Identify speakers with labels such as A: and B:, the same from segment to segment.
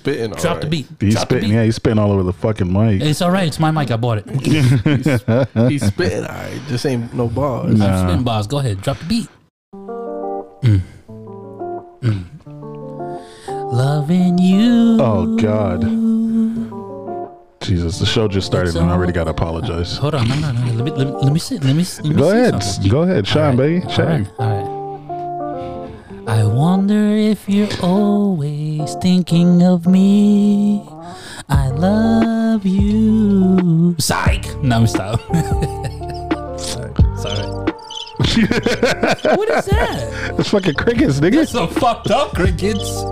A: spitting.
B: Drop the beat.
C: He's
B: Drop the
C: spitting.
B: beat.
C: Yeah, he's spitting all over the fucking mic.
B: It's all right. It's my mic. I bought it.
A: beat. He's spitting. All right, this ain't no bars.
B: I'm spitting bars. Go ahead. Drop the beat. Mm. Mm. Loving you.
C: Oh God. Jesus, the show just started and I already got to apologize.
B: Hold on. No, no, no. Let me, let me, let me sit. Let me, s- let me
C: Go
B: say
C: ahead,
B: something.
C: go ahead, shine, baby,
B: All
C: shine.
B: right, all right. I wonder if you're always thinking of me. I love you. Psych. No, stop. Sorry. what is that?
C: It's fucking crickets, nigga.
B: That's some fucked up crickets.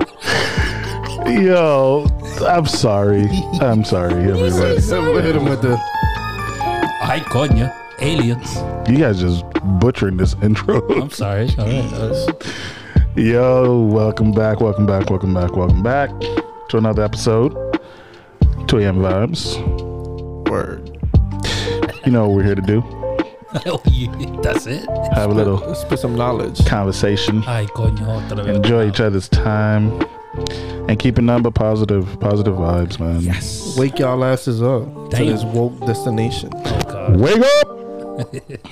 C: Yo, I'm sorry. I'm sorry, everybody.
A: Somebody hit him with the.
B: I caught you. Aliens.
C: You guys just butchering this intro.
B: I'm sorry. All right. all right.
C: Yo, welcome back, welcome back, welcome back, welcome back to another episode. 2 a.m. vibes. Mm.
A: Word.
C: You know what we're here to do.
B: Oh, yeah, That's it.
C: Have a little
A: Let's put some knowledge.
C: conversation.
B: I caught you otra vez.
C: Enjoy each other's time. And keep it number positive, positive vibes, man.
B: Yes.
A: Wake y'all asses up to
B: Damn.
A: this woke destination.
B: Oh, God.
C: Wake up!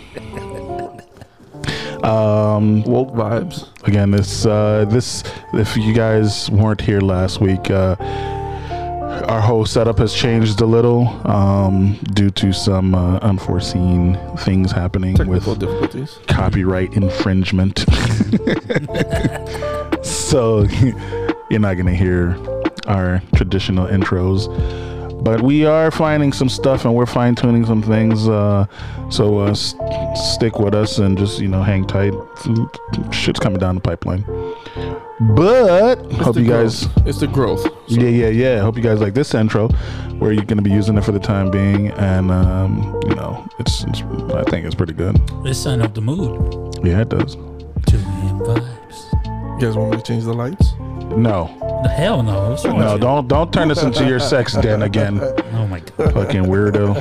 C: um,
A: Woke vibes.
C: again this uh this if you guys weren't here last week uh our whole setup has changed a little um due to some uh, unforeseen things happening
A: Technical
C: with
A: difficulties.
C: copyright infringement so you're not gonna hear our traditional intros but we are finding some stuff and we're fine-tuning some things uh, so uh, s- stick with us and just you know hang tight shit's coming down the pipeline but hope
A: the
C: you
A: growth.
C: guys
A: It's the growth.
C: yeah yeah yeah hope you guys like this intro where you're gonna be using it for the time being and um, you know it's, it's i think it's pretty good
B: Let's sign up the mood.
C: yeah it does
B: To him vibes.
A: You guys want me to change the lights?
C: no
B: The hell no. What's wrong with
C: no
B: you?
C: don't don't turn this into your sex den again
B: Oh my god.
C: fucking weirdo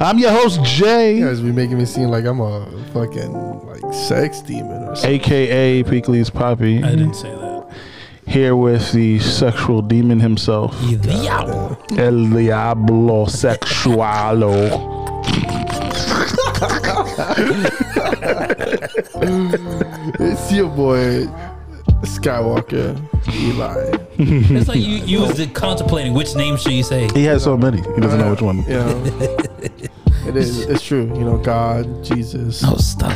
C: i'm your host jay
A: You guys be making me seem like I'm a fucking like sex demon or something.
C: aka Peakley's Poppy,
B: I didn't say that.
C: here with the sexual demon himself,
B: Either.
C: El Diablo Sexualo.
A: It's your boy Skywalker Eli.
B: It's like you, you was contemplating which name should you say.
C: He has so many, he doesn't know which one.
A: Yeah. It is. It's true. You know, God, Jesus,
C: Oh.
B: No Oh, stop.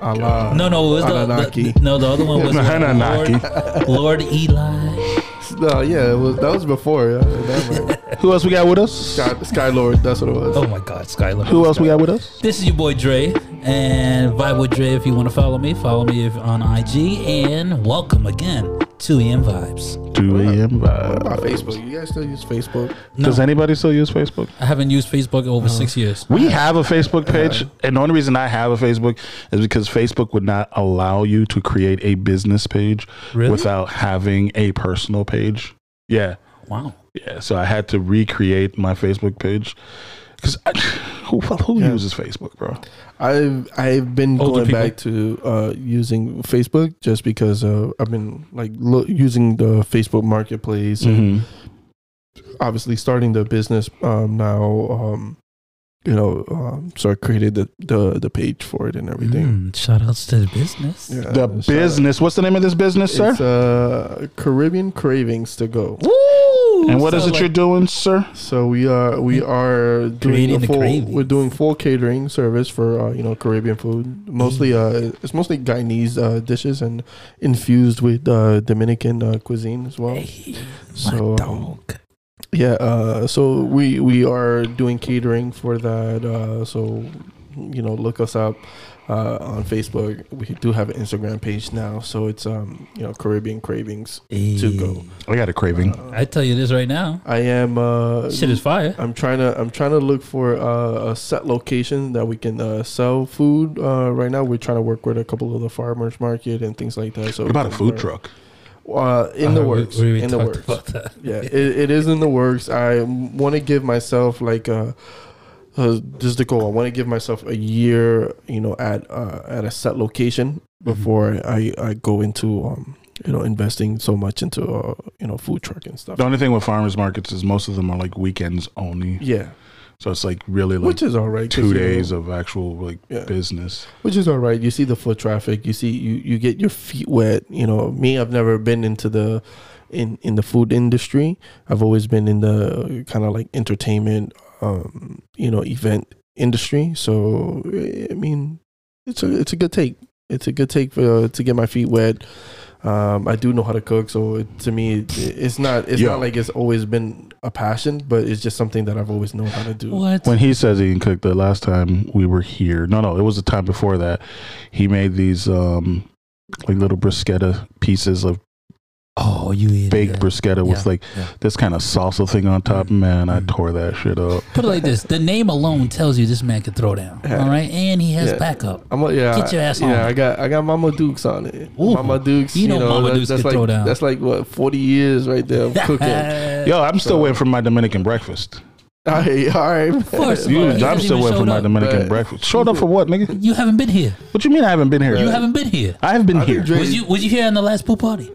A: Allah.
B: No no it was the,
A: Anunnaki.
B: the, no the other one was Lord,
C: Anunnaki.
B: Lord Eli.
A: No, yeah, it was, that was before. Yeah, that right.
C: Who else we got with us?
A: Sky, Sky Lord, that's what it was.
B: Oh my god, Skylar.
C: Who else we got with us?
B: This is your boy Dre and Vibe with Dre if you want to follow me, follow me if, on IG and welcome again to EM Vibes.
C: 2 a.m.
A: About
C: vibe.
A: Facebook, you guys still use Facebook?
B: No,
C: Does anybody still use Facebook?
B: I haven't used Facebook in over six years.
C: We have a Facebook page, and the only reason I have a Facebook is because Facebook would not allow you to create a business page
B: Really?
C: without having a personal page. Yeah.
B: Wow.
C: Yeah, so I had to recreate my Facebook page because who, who
A: Yeah.
C: uses Facebook, bro?
A: I've I've been
B: Older
A: going back to uh, using Facebook just because uh, I've been like lo- using the Facebook Marketplace and
C: Mm-hmm.
A: obviously starting the business um, now. Um, you know, um, so I created the, the the page for it and everything.
B: Mm, shout outs to the business.
A: Yeah,
C: The
A: uh, so
C: business. What's the name of this business, sir?
A: It's uh, Caribbean Cravings to go. uh,
B: Woo!
C: and what is it
B: Sound
C: you're doing, sir?
A: So we are we are doing
B: Creating
A: a
B: the
A: full
B: cravings.
A: we're doing full catering service for uh, you know Caribbean food. Mostly
B: Mm-hmm.
A: uh, it's mostly Guyanese uh, dishes and infused with uh, Dominican uh, cuisine as well.
B: Hey,
A: So,
B: my
A: um,
B: dog.
A: Yeah, uh, so we we are doing catering for that. Uh, so you know, look us up uh, on Facebook. We do have an Instagram page now, so it's um you know Caribbean Cravings to go.
C: I got a craving.
B: I tell you this right now.
A: I am uh,
B: Shit is fire.
A: I'm trying to I'm trying to look for uh, a set location that we can uh, sell food. Uh, right now, we're trying to work with a couple of the farmers market and things like that. So
C: What about a
A: we can
C: food
A: work-
C: truck?
A: Uh, in
B: Uh,
A: the
B: we-
A: works.
B: we
A: in the
B: talked
A: works.
B: about that.
A: Yeah, it, it is in the works. I want to give myself like a. Uh, this is the goal. I want to give myself a
B: Mm-hmm.
A: year, you know, at uh, at a set location before I, I go into um, you know investing so much into uh, you know food truck and stuff.
C: The only thing with farmers markets is most of them are like weekends only,
A: Yeah,
C: so it's like really like
A: which is all right. 'cause,
C: two
A: you know,
C: days of actual like
A: Yeah.
C: business.
A: which is all right. You see the foot traffic. You see you you get your feet wet. You know me. I've never been into the in in the food industry. I've always been in the kind of like entertainment, um, you know, event industry. So eh, I mean, it's a it's a good take. It's a good take for, uh, to get my feet wet. Um, I do know how to cook, so it, to me, it, it's not it's
C: Yeah.
A: not like it's always been a passion, but it's just something that I've always known how to do.
B: What?
C: When he says he can cook, the last time we were here, no, no, it was the time before that. He made these um like little bruschetta pieces of
B: oh, you idiot.
C: baked bruschetta
B: Yeah.
C: with
B: Mm-hmm.
C: like
B: Yeah.
C: this kind of salsa thing on top. Man, I tore that shit up.
B: Put it like this: the name alone tells you this man can throw down.
A: Yeah.
B: All right, and he has
A: Yeah.
B: backup.
A: I'm like, yeah,
B: Get your ass
A: yeah.
B: on it.
A: I got, I got Mama Dukes on it.
B: Ooh.
A: Mama Dukes,
B: You
A: you,
B: know
A: know,
B: Mama
A: that-
B: Dukes
A: that's
B: could
A: like
B: throw down.
A: that's like what 40 years right there of cooking.
C: Yo, I'm still waiting for my Dominican breakfast.
A: all right, all right.
B: First of
C: You,
B: all, he
C: I'm
B: hasn't
C: still
B: even
C: waiting for
B: showed
C: my
B: up.
C: Dominican
A: Right.
C: breakfast. Showed up for what, nigga?
B: You haven't been here.
C: What you mean I haven't been here?
B: You haven't been here.
C: I have been
A: I think
C: here.
A: Drake-
B: Was you Was you here in the last pool party?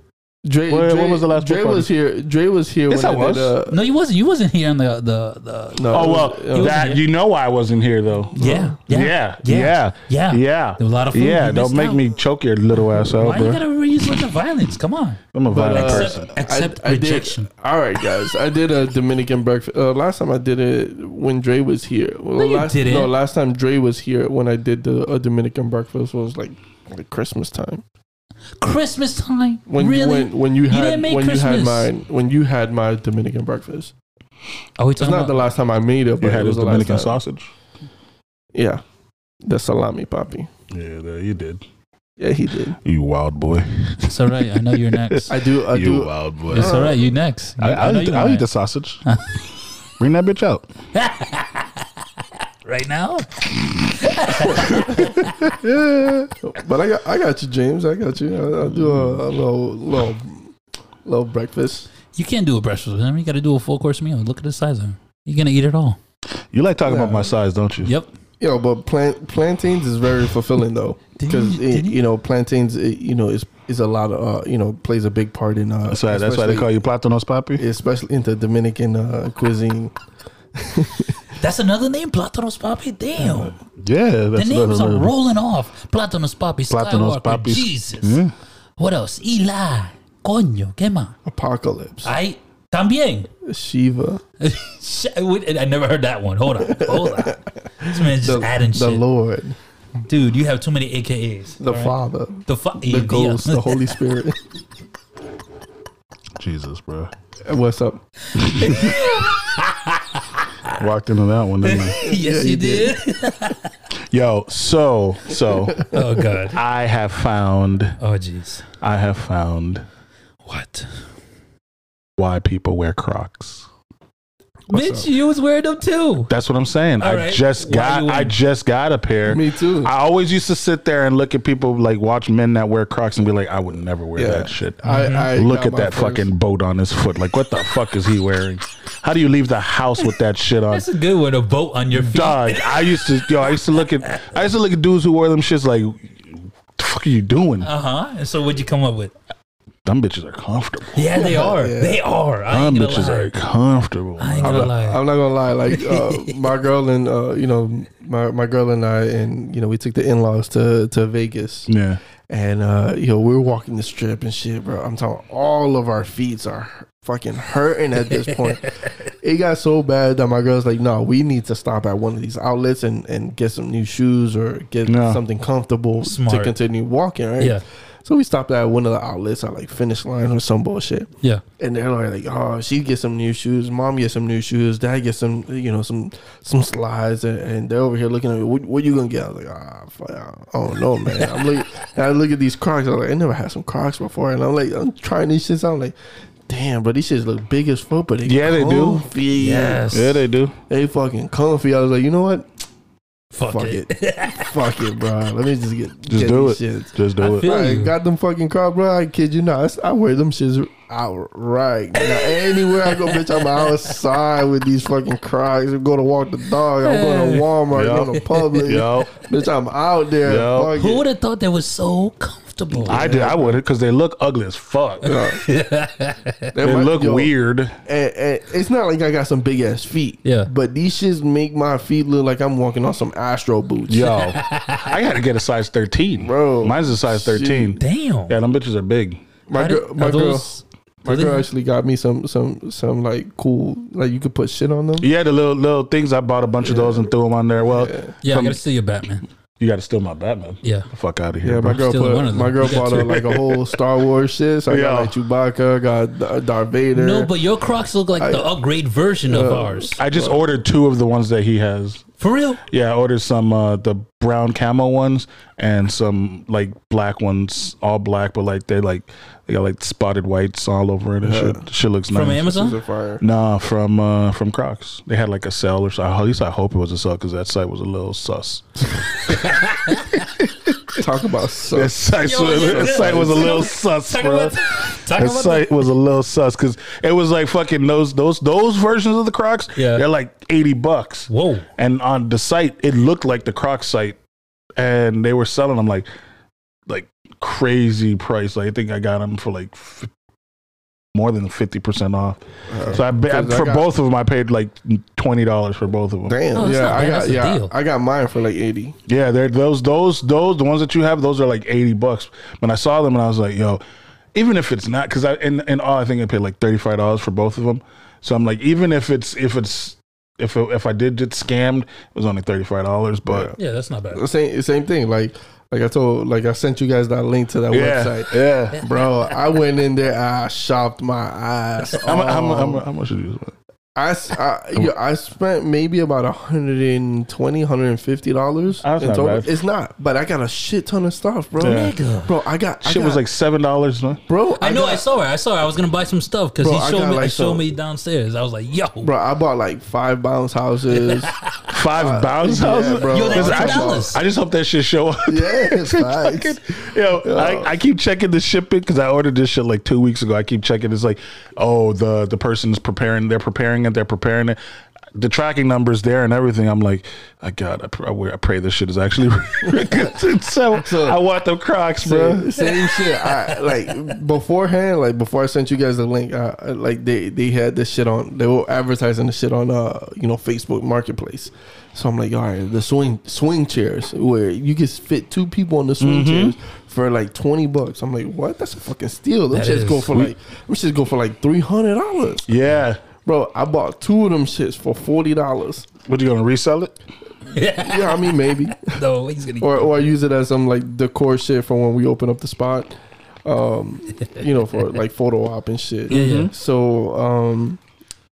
A: Dre,
C: Where-
A: Dre,
C: when was the last
A: Dre
C: football
A: was here. Dre was here.
C: Yes,
A: when
C: I was.
A: Did, uh,
B: No, you wasn't. You wasn't here in the the the.
A: no,
C: Oh well,
A: it was- uh,
C: that
B: here.
C: you know why I wasn't here though.
B: Yeah, yeah,
C: Yeah,
B: yeah,
C: yeah,
B: yeah.
C: yeah.
B: There was a lot of food.
C: Yeah,
B: You
C: don't
B: missed
C: make
B: out.
C: me choke your little ass out,
B: Why you
C: bro.
B: gotta reuse such violence? Come on.
C: I'm a violent
A: uh,
C: person.
A: I-
B: Accept
A: I did-
B: rejection.
A: all right, guys. I did a Dominican breakfast. Uh, last time I did it when Dre was here. Well,
B: No, you
A: last,
B: didn't.
A: No, last time Dre was here when I did the a Dominican breakfast was like, like Christmas time.
B: Christmas time.
A: When
B: really?
A: when when you had
B: didn't make
A: when you
B: Christmas.
A: had mine when you had my Dominican breakfast.
B: Are we
A: It's
B: talking
A: not the
B: about?
A: last time I made it, but
C: You had
A: it was
C: his
A: the
C: Dominican
A: last time.
C: sausage.
A: Yeah, the salami poppy.
C: Yeah, there you did.
A: Yeah, he did.
C: You wild boy.
B: It's all right. I know you're next.
A: I do. uh, I
C: you
A: do.
C: wild boy.
B: It's all right. You next. You-
C: I, I'll,
B: know
C: eat,
B: you
C: I'll
B: know
C: eat the sausage. Bring that bitch out.
B: that. right now.
A: But I got. I got you, James. I got you. I- I'll do a, a little, little, little breakfast.
B: You can't do a breakfast with him. You got to do a full course meal. Look at the size of him. You're gonna eat it all.
C: You like talking about
A: Yeah.
C: my size, don't you?
B: Yep.
A: Yo, but plant plantains is very fulfilling though,
B: Didn't
A: because
B: you- didn't
A: you know plantains. It, you know is is a lot of uh, you know plays a big part in. Uh,
C: That's why, that's why they call you Platanos Papi.
A: especially- especially into Dominican uh, cuisine.
B: That's another name, Platanos Papi. Damn,
C: Yeah,
B: the
C: that's
B: names
C: another
B: are
C: little-
B: rolling off. Platanos Papi,
C: Platanos
B: Skywalker,
C: Papi.
B: Jesus.
C: Yeah.
B: What else? Eli, coño, ¿qué más?
A: Apocalypse,
B: I también.
A: Shiva,
B: Sh- I would- I never heard that one. Hold on, hold on. This man's
A: the,
B: just adding
A: the
B: shit,
A: Lord,
B: dude. You have too many AKAs.
A: the
B: all right?
A: Father,
B: the, fa-
A: the Ghost, the Holy Spirit.
C: Jesus, bro.
A: What's up?
C: Walked into that one, didn't I?
B: yes, you did.
C: Yo, so, so,
B: oh god.
C: I have found,
B: Oh jeez.
C: I have found
B: What?
C: why people wear Crocs.
B: Bitch, you was wearing them too.
C: That's what I'm saying.
B: All
C: I
B: right.
C: just
B: Why you
C: got,
B: wearing-
C: I just got a pair.
A: Me too.
C: I always used to sit there and look at people like watch men that wear Crocs and be like, I would never wear
A: Yeah.
C: that shit. Mm-hmm.
A: I, I
C: look
A: got
C: at
A: my
C: that
A: first-
C: fucking boat on his foot. Like, what the fuck is he wearing? How do you leave the house with that shit on?
B: That's a good one. A boat on your feet.
C: Dog, I used to yo, I used to look at, I used to look at dudes who wore them shits like, the fuck are you doing?
B: Uh huh. And so what'd you come up with?
C: Them bitches are comfortable.
B: Yeah, they are. They are. I
C: Them
B: ain't gonna
C: bitches
B: lie.
C: are comfortable.
B: I ain't
A: I'm
B: gonna
A: not,
B: lie.
A: I'm not gonna lie. Like uh, my girl and uh, you know my, my girl and I and you know we took the in laws to to Vegas
C: Yeah,
A: and uh, you know we were walking the strip and shit, bro. I'm talking all of our feet are fucking hurting at this point. it got so bad that my girl's like, no, we need to stop at one of these outlets and and get some new shoes or get
C: No.
A: something comfortable
B: Smart.
A: to continue walking, right?
B: yeah,
A: So we stopped at one of the outlets at like Finish Line or some bullshit.
B: yeah.
A: and they're like, oh, she get some new shoes, mom get some new shoes, dad get some, you know, some some slides, and, and they're over here looking at me. What, what you gonna get? I was like, ah, fuck, I don't know, man. I'm like, and I look at these Crocs. I'm like, I never had some Crocs before, and I'm like, I'm trying these shits. out, I'm like, damn, but these shits look big as fuck, but they
C: Yeah, they do.
A: comfy.
B: Yes.
C: yeah, they do.
A: they fucking comfy. I was like, you know what?
B: Fuck,
A: Fuck
B: it.
A: it, fuck it, bro. Let me just get
C: Just
A: get
C: do it.
A: these shits.
C: Just
B: I
C: do it.
B: feel
A: I
B: you.
A: got them fucking crocs, bro. I kid you not. I wear them shits out right. Now, anywhere I go, bitch, I'm outside with these fucking crocs. I'm going to walk the dog. I'm going to Walmart. I'm going to public.
C: Yo,
A: Bitch, I'm out there.
C: Yo.
A: Fuck
B: Who
A: it.
B: would have thought they were so uncomfortable.
C: I did. I would because they look ugly as fuck.
A: That
C: They
A: might-
C: look
A: yo,
C: weird.
A: and- and it's not like I got some big ass feet.
B: Yeah.
A: But these shits make my feet look like I'm walking on some Astro boots.
C: Yo, I had to get a size thirteen,
A: Bro.
C: Mine's a size thirteen.
B: Damn.
C: Yeah, them bitches are big.
A: My
B: How
A: girl,
B: do-
A: my
B: are
A: girl,
B: those-
A: my
B: do
A: girl
B: they-
A: actually got me some some some like cool like you could put shit on them.
C: Yeah, the little little things. I bought a bunch of those and threw them on there. Well,
B: yeah, I
C: from-
B: gotta steal your Batman.
C: you got to steal my Batman.
B: Yeah.
C: The fuck out of here.
A: Yeah, my
C: bro.
A: girl
B: Still one
A: put,
B: of
A: my
B: them.
A: girl
B: You got
A: bought a, like a whole Star Wars shit. So I
C: Yeah.
A: got like Chewbacca, got Dar- Darth Vader.
B: No, but your Crocs look like the upgrade version of ours.
C: I just ordered two of the ones that he has.
B: For real?
C: Yeah, I ordered some uh, the brown camo ones and some like black ones, all black, but like they like they got like spotted whites all over it and shit. Shit looks nice.
B: From
A: These
B: Amazon?
A: are fire.
C: Nah, from uh, from Crocs. They had like a sale or so. At least I hope it was a sale because that site was a little sus.
A: Talk about
C: That
A: sucks.
C: site,
B: Yo,
C: was,
B: yo, yo,
C: that site was a
B: talk
C: little
B: about-
C: sus,
B: talk
C: bro.
B: about- talk
C: That
B: about
C: site was a little sus because it was like fucking those those those versions of the Crocs.
B: Yeah.
C: they're like eighty bucks.
B: Whoa.
C: And on the site, it looked like the Crocs site, and they were selling them like like crazy price. Like, I think I got them for like f- more than fifty percent off. So I, ba- I
A: 'Cause I
C: for
A: got-
C: both of them, I paid like twenty dollars for both of them.
A: Damn.
B: No, it's
A: yeah,
B: not
A: I
B: bad.
A: got
B: Oh, That's a
A: yeah,
B: deal.
A: I got mine for like eighty.
C: Yeah, they're those those those the ones that you have. Those are like eighty bucks. When I saw them, and I was like, yo, even if it's not because I in, in all I think I paid like thirty five dollars for both of them. So I'm like, even if it's if it's if it, if I did get scammed, it was only thirty five dollars. But
B: Yeah, that's not bad.
A: The Same same thing. Like like I told like I sent you guys that link to that
C: yeah,
A: website.
C: yeah.
A: Bro, I went in there. I shopped my ass.
C: How, mu- how, mu- how,
A: off.
C: mu- how much did you?
A: I, s- I- yeah, I spent maybe about 120 150 dollars.
C: That's not bad.
A: It's not, but I got a shit ton of stuff, bro.
C: Yeah.
B: Nigga.
A: Bro, I got I
C: Shit was
A: got-
C: like seven dollars, man.
A: bro.
B: I know.
A: got-
B: I saw her. I saw her. I was gonna buy some stuff because
A: Bro,
B: he
A: I
B: showed
A: got,
B: me.
A: like,
B: showed
A: some-
B: me downstairs. I was like, "Yo,
A: Bro, I bought like five bounce houses.
C: Five bounce
A: yeah,
C: houses,
A: bro. Yo,
B: that's
C: I,
B: $2.
C: just, I just hope that shit show up.
A: yes, facts.
C: Yo, I, I keep checking the shipping because I ordered this shit like two weeks ago. I keep checking. It's like, oh, the the person's preparing. They're preparing it. They're preparing it. The tracking numbers there and everything. I'm like, I God, I, pr- I, wear- I pray this shit is actually. real." 'Cause it's so,
A: So-
C: I want them Crocs, bro.
A: Same, same shit. I like beforehand, like before I sent you guys the link, uh, like they they had this shit on. They were advertising the shit on uh you know Facebook Marketplace. So I'm like, all right, the swing swing chairs where you can fit two people on the swing
B: Mm-hmm.
A: chairs for like twenty bucks. I'm like, what? That's a fucking steal. Them
B: That
A: shits
B: is.
A: go for like them shits go for like three hundred dollars,
C: Yeah.
A: bro. I bought two of them shits for forty dollars.
C: What you gonna resell it?
A: Yeah, I mean maybe.
B: no, he's gonna."
A: or or I use it as some like decor shit for when we open up the spot. Um, you know, for like photo op and shit.
B: Yeah,
C: Mm-hmm.
B: yeah.
A: So um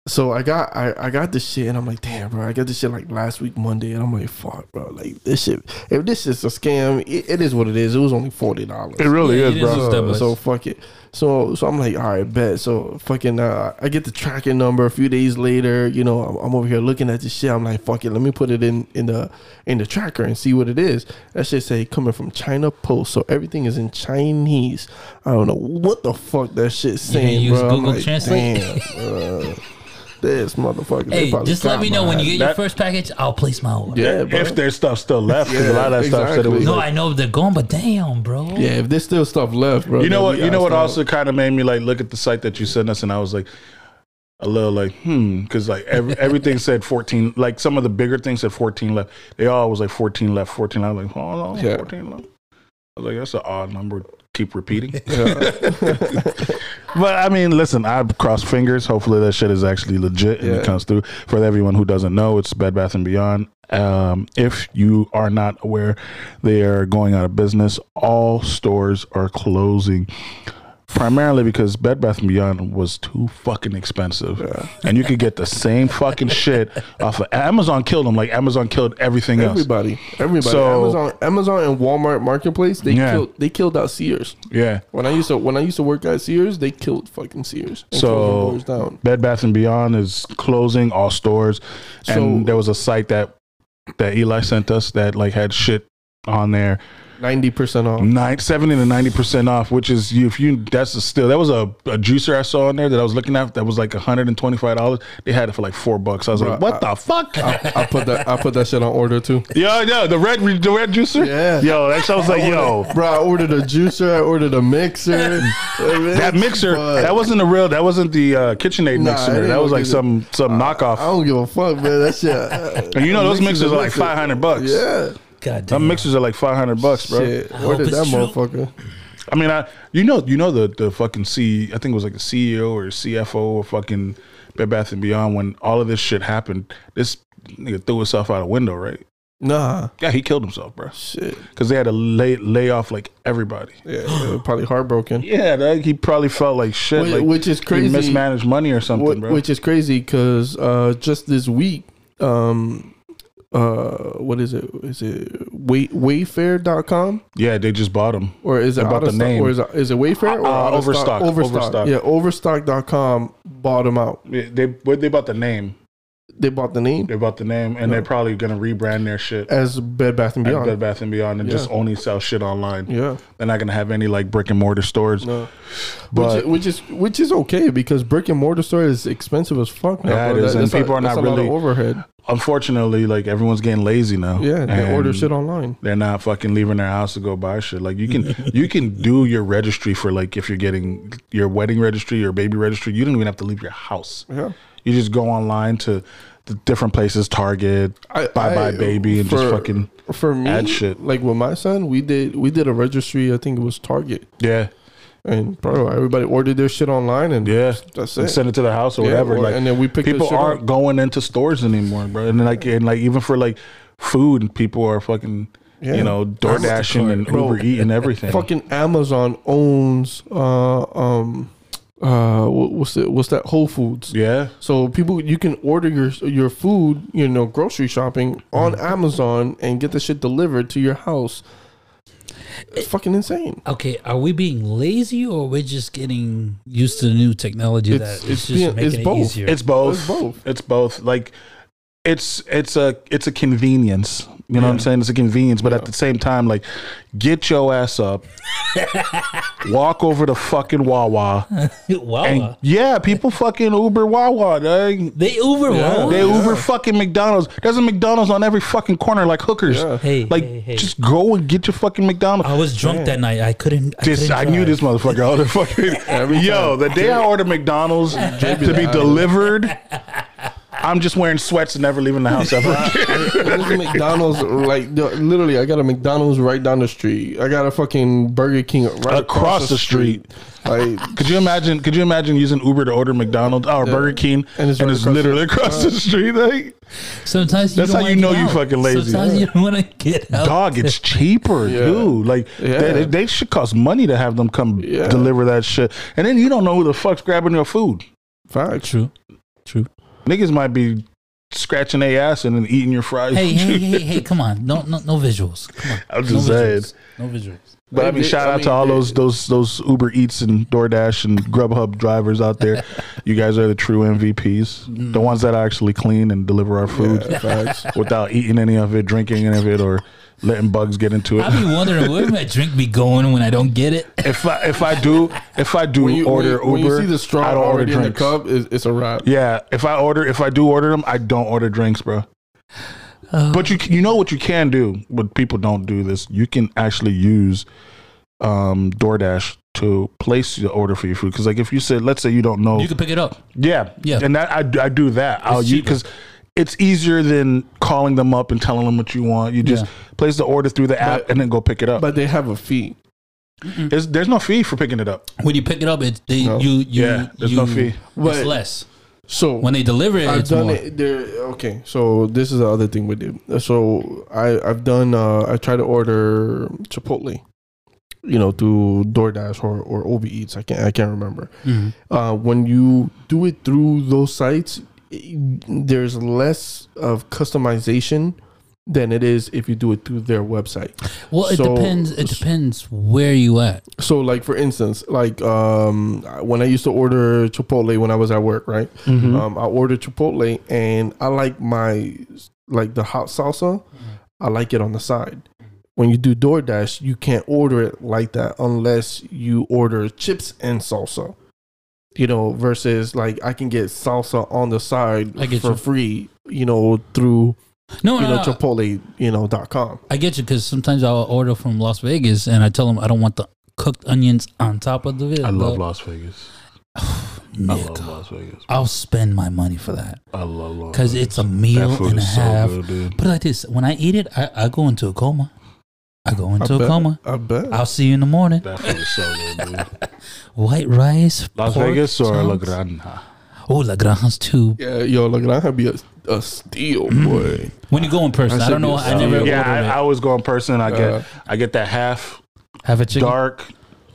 A: so I got I, I got this shit and I'm like, damn bro, I got this shit like last week Monday and I'm like, fuck bro, like this shit if this is a scam, it, it is what it is. It was only forty dollars.
C: It really
B: Yeah,
C: is,
B: it
C: bro.
B: is. Just that
A: So,
B: much.
A: so fuck it. So so I'm like, all right, bet. So fucking, uh, I get the tracking number. A few days later, you know, I'm, I'm over here looking at this shit. I'm like, fuck it, let me put it in in the in the tracker and see what it is. That shit say coming from China Post, so everything is in Chinese. I don't know what the fuck that shit saying,
B: use
A: bro. I'm
B: Google
A: like,
B: Translate?
A: Damn, bro. this motherfucker. they
B: Hey,
A: probably
B: just let
A: got
B: me know
A: my
B: when you get
A: ass.
B: your
C: That-
B: first package. I'll place my order.
A: Yeah, bro.
C: if there's stuff still left, 'cause
A: Yeah,
C: a lot of that stuff said it was.
A: exactly.
B: No, I know they're gone, but damn, bro.
A: yeah, if there's still stuff left, bro.
C: you know
A: then
C: what?
A: we
C: You know
A: gotta
C: what?
A: stop.
C: Also, kind of made me like look at the site that you sent us, and I was like, a little like, hmm, because like every, everything said fourteen. Like some of the bigger things said fourteen left. They all was like fourteen left, fourteen. I was like, oh no,
A: Yeah.
C: fourteen left. I was like, that's an odd number. to Keep repeating,
A: Yeah.
C: but I mean, listen. I cross fingers. Hopefully, that shit is actually legit and
A: Yeah.
C: it comes through. For everyone who doesn't know, it's Bed Bath and Beyond. Um, if you are not aware, they are going out of business. All stores are closing primarily because Bed Bath and Beyond was too fucking expensive, and you could get the same fucking shit off of Amazon. Killed them like Amazon killed everything else.
A: Everybody, everybody.
C: So-
A: Amazon, Amazon, and Walmart Marketplace. They
C: Yeah.
A: killed. They killed out Sears.
C: Yeah.
A: When I used to when I used to work at Sears, they killed fucking Sears. and closed their
C: So
A: doors down.
C: Bed Bath and Beyond is closing all stores, and
A: So-
C: there was a site that that Eli sent us that like had shit on there
A: ninety percent off.
C: Nine, 70 to ninety percent off, which is you if you that's a still that was a, a juicer I saw in there that I was looking at that was like hundred and twenty five dollars. They had it for like four bucks. I was like,
A: Bro,
C: what the fuck?
A: I, I put that I put that shit on order too.
C: yo, yo, the red the red juicer.
A: Yeah.
C: yo, that shit I was like, yo,
A: Bro, I ordered a juicer. I ordered a mixer.
C: that mixer that wasn't a real that wasn't the uh, KitchenAid
A: Nah, it
C: mixer.
A: ain't
C: That was
A: no
C: like
A: kitchen-
C: some some knockoff.
A: I don't give a fuck, man. That shit. uh,
C: and you know those mixers are like
A: mixer.
C: five hundred bucks.
A: Yeah,
B: God
C: Them
B: damn.
C: mixers are like five hundred bucks, bro.
A: shit.
B: I hope
A: Ordered
B: it's
A: that
B: true.
A: motherfucker.
C: I mean, I you know you know the the fucking C I think it was like the CEO or CFO or fucking Bed Bath and Beyond when all of this shit happened. This nigga threw himself out a window, right?
A: Nah,
C: Yeah, he killed himself, bro,
A: shit.
C: because they had to lay lay off like everybody.
A: Yeah, yeah, probably heartbroken.
C: Yeah, like, he probably felt like shit,
A: Which,
C: like
A: which is
C: he
A: crazy.
C: mismanaged money or something,
A: Wh-
C: bro.
A: Which is crazy because uh, just this week, um, uh, what is it? Is it Way- Wayfair.com
C: yeah, they just bought him.
A: or is it
C: About
A: out of
C: the
A: stock-
C: name.
A: Or is it, is it Wayfair or
C: Uh,
A: out of
C: Overstock,
A: stock?
C: Overstock.
A: Overstock. Yeah, Overstock.com bought them out.
C: Yeah, They what they bought the name.
A: They bought the name
C: They bought the name, and they're probably gonna rebrand their shit.
A: as Bed Bath and
C: At
A: Beyond.
C: Bed Bath and Beyond, and
A: Yeah.
C: just only sell shit online.
A: yeah,
C: They're not gonna have any like brick and mortar stores.
A: no,
C: But-
A: which, which is which is okay because brick and mortar store is expensive as fuck now.
C: Yeah, it
A: bro.
C: is, and
A: that's a-
C: people are
A: that's
C: not
A: a lot of
C: really-
A: overhead.
C: unfortunately, like everyone's getting lazy now.
A: Yeah, they
C: And
A: order shit online.
C: They're not fucking leaving their house to go buy shit. Like you can you can do your registry for like if you're getting your wedding registry or baby registry, you don't even have to leave your house.
A: Yeah.
C: You just go online to the different places, Target,
A: I-
C: Bye Bye
A: I-
C: Baby, and just
A: for-
C: fucking
A: for me
C: add shit.
A: like with my son we did we did a registry i think it was target
C: yeah,
A: and bro everybody ordered their shit online and
C: yeah.
A: that's
C: And
A: it
C: send it to the house or
A: Yeah,
C: whatever.
A: or-
C: like
A: and then we picked the
C: people
A: shit up.
C: aren't going into stores anymore, bro. And like and like even for like food, people are fucking
A: Yeah.
C: you know door dashing and
A: Bro.
C: Uber Eat and everything.
A: fucking amazon owns uh um uh what- what's it what's that whole foods
C: Yeah.
A: so people you can order your your food you know grocery shopping on
C: Mm-hmm.
A: amazon and get the shit delivered to your house it's fucking insane
B: Okay, are we being lazy or we're just getting used to the new technology
A: It's-
B: that
A: it's
B: is just
A: being-
B: making
A: it's
B: it
A: both.
B: easier?
C: It's both.
A: It's both.
C: It's both. Like it's it's a it's a convenience. You know what I'm
A: Yeah.
C: saying? It's a convenience, but at the same time, like get your ass up, walk over to fucking Wawa,
B: Wow.
C: and yeah, people fucking Uber Wawa. They,
B: they Uber
A: Yeah.
B: wow.
C: they Uber fucking McDonald's. There's a McDonald's on every fucking corner, like hookers.
A: Yeah.
B: Hey,
C: Like
B: hey, hey.
C: just go and get your fucking McDonald's.
B: I was drunk that night. I couldn't. I,
C: This,
B: couldn't
C: I knew
B: drive.
C: this motherfucker. Oh, the fucking, yo, the day I order McDonald's to be
A: that.
C: delivered, I'm just wearing sweats and never leaving the house ever again.
A: There's a McDonald's like the- literally. I got a McDonald's right down the street. I got a fucking Burger King right
C: Across the street.
A: Like
C: Could you imagine? Could you imagine using Uber to order McDonald's or Burger King, and
A: And
C: it's,
A: it's right across
C: literally across the street? Like,
B: Sometimes you
C: That's
B: don't
C: how you
B: wanna
C: know
B: get
C: you
B: out.
C: fucking lazy.
B: Sometimes you don't want to get out.
C: dog, it's cheaper,
A: Yeah.
C: dude. Like,
A: Yeah.
C: they, they- they should cost money to have them come
A: Yeah.
C: deliver that shit, and then you don't know who the fuck's grabbing your food.
A: facts.
B: True. True.
C: Niggas might be scratching their ass and then eating your fries.
B: Hey, hey, hey, hey! Come on, no, no, no visuals. Come on,
C: I'm
B: no
C: just saying.
B: visuals. No visuals.
C: But I mean,
A: They-
C: shout
A: I
C: out
A: mean,
C: to all
A: they-
C: those those those Uber Eats and DoorDash and Grubhub drivers out there. you guys are the true MVPs, the ones that actually clean and deliver our food
A: Yeah, facts.
C: without eating any of it, drinking any of it, or letting bugs get into
B: I
C: it.
B: be wondering where my drink be going when I don't get it.
C: if I if I do if I do
A: When you
C: order
A: when you,
C: Uber,
A: when you see the straw
C: I don't order
A: already in the
C: drinks.
A: cup, it's, it's a wrap.
C: Yeah, if I order if I do order them, I don't order drinks, bro.
B: Oh.
C: But you you know what you can do, but people don't do this. You can actually use um DoorDash to place your order for your food because like if you said let's say you don't know
B: You can pick it up.
C: yeah
B: Yeah.
C: and that I, do- I do that I'll use
B: cheaper.
C: because it's easier than calling them up and telling them what you want you just
B: Yeah.
C: place the order through the app
A: But-
C: and then go pick it up
A: But they have a fee.
B: Mm.
C: there's, there's no fee for picking it up
B: When you pick it up, it's they,
A: No.
B: you you
C: yeah there's
B: you,
C: no fee
B: It's
A: But-
B: less
A: So
B: when they deliver it.
A: I've
B: it's
A: done
B: more.
A: it. There, okay, so this is the other thing we did. So I I've done. Uh, I try to order Chipotle, you know, through DoorDash or or Uber Eats. I can't I can't remember.
B: Mhm.
A: Uh, when you do it through those sites, i- there's less of customization than it is if you do it through their website.
B: Well, it
A: So-
B: depends. It depends where you at.
A: So, like for instance, like um, when I used to order Chipotle when I was at work, right?
B: Mm-hmm.
A: Um, I ordered Chipotle,
B: Mm-hmm.
A: and I like my like the hot salsa. I like it on the side. when you do DoorDash, you can't order it like that unless you order chips and salsa. You know, versus like I can get salsa on the side
B: I get
A: for
B: you.
A: free, you know, through
B: No,
A: you
B: no,
A: know
B: no.
A: Chipotle, you know, dot com.
B: I get you because sometimes I'll order from Las Vegas and I tell them I don't want the cooked onions on top of the.
C: I love
B: the-
C: Las Vegas. I love
B: Nigga,
C: Las Vegas.
B: I'll spend my money for that
C: I love Las
B: because
C: Vegas.
B: it's a meal
C: That food
B: and a
C: is so
B: half.
C: good, dude.
B: Put it like this: when I eat it, I, I go into a coma. I go into a
A: bet.
B: coma.
A: I bet.
B: I'll see you in the morning.
C: That food is so good, dude.
B: White rice,
C: Las
B: pork
C: Vegas or La
B: chops.
C: Granja?
B: Oh, La Granja's too.
A: yeah, yo, look, that could be a, a steal, boy.
B: When you go in person,
A: I
B: I,
A: said
B: don't know.
A: yes.
B: I never
C: yeah, I,
B: ordered
C: I
B: it.
C: always go in person. I get
A: Uh,
C: I get that half
B: Have a chicken.
C: dark,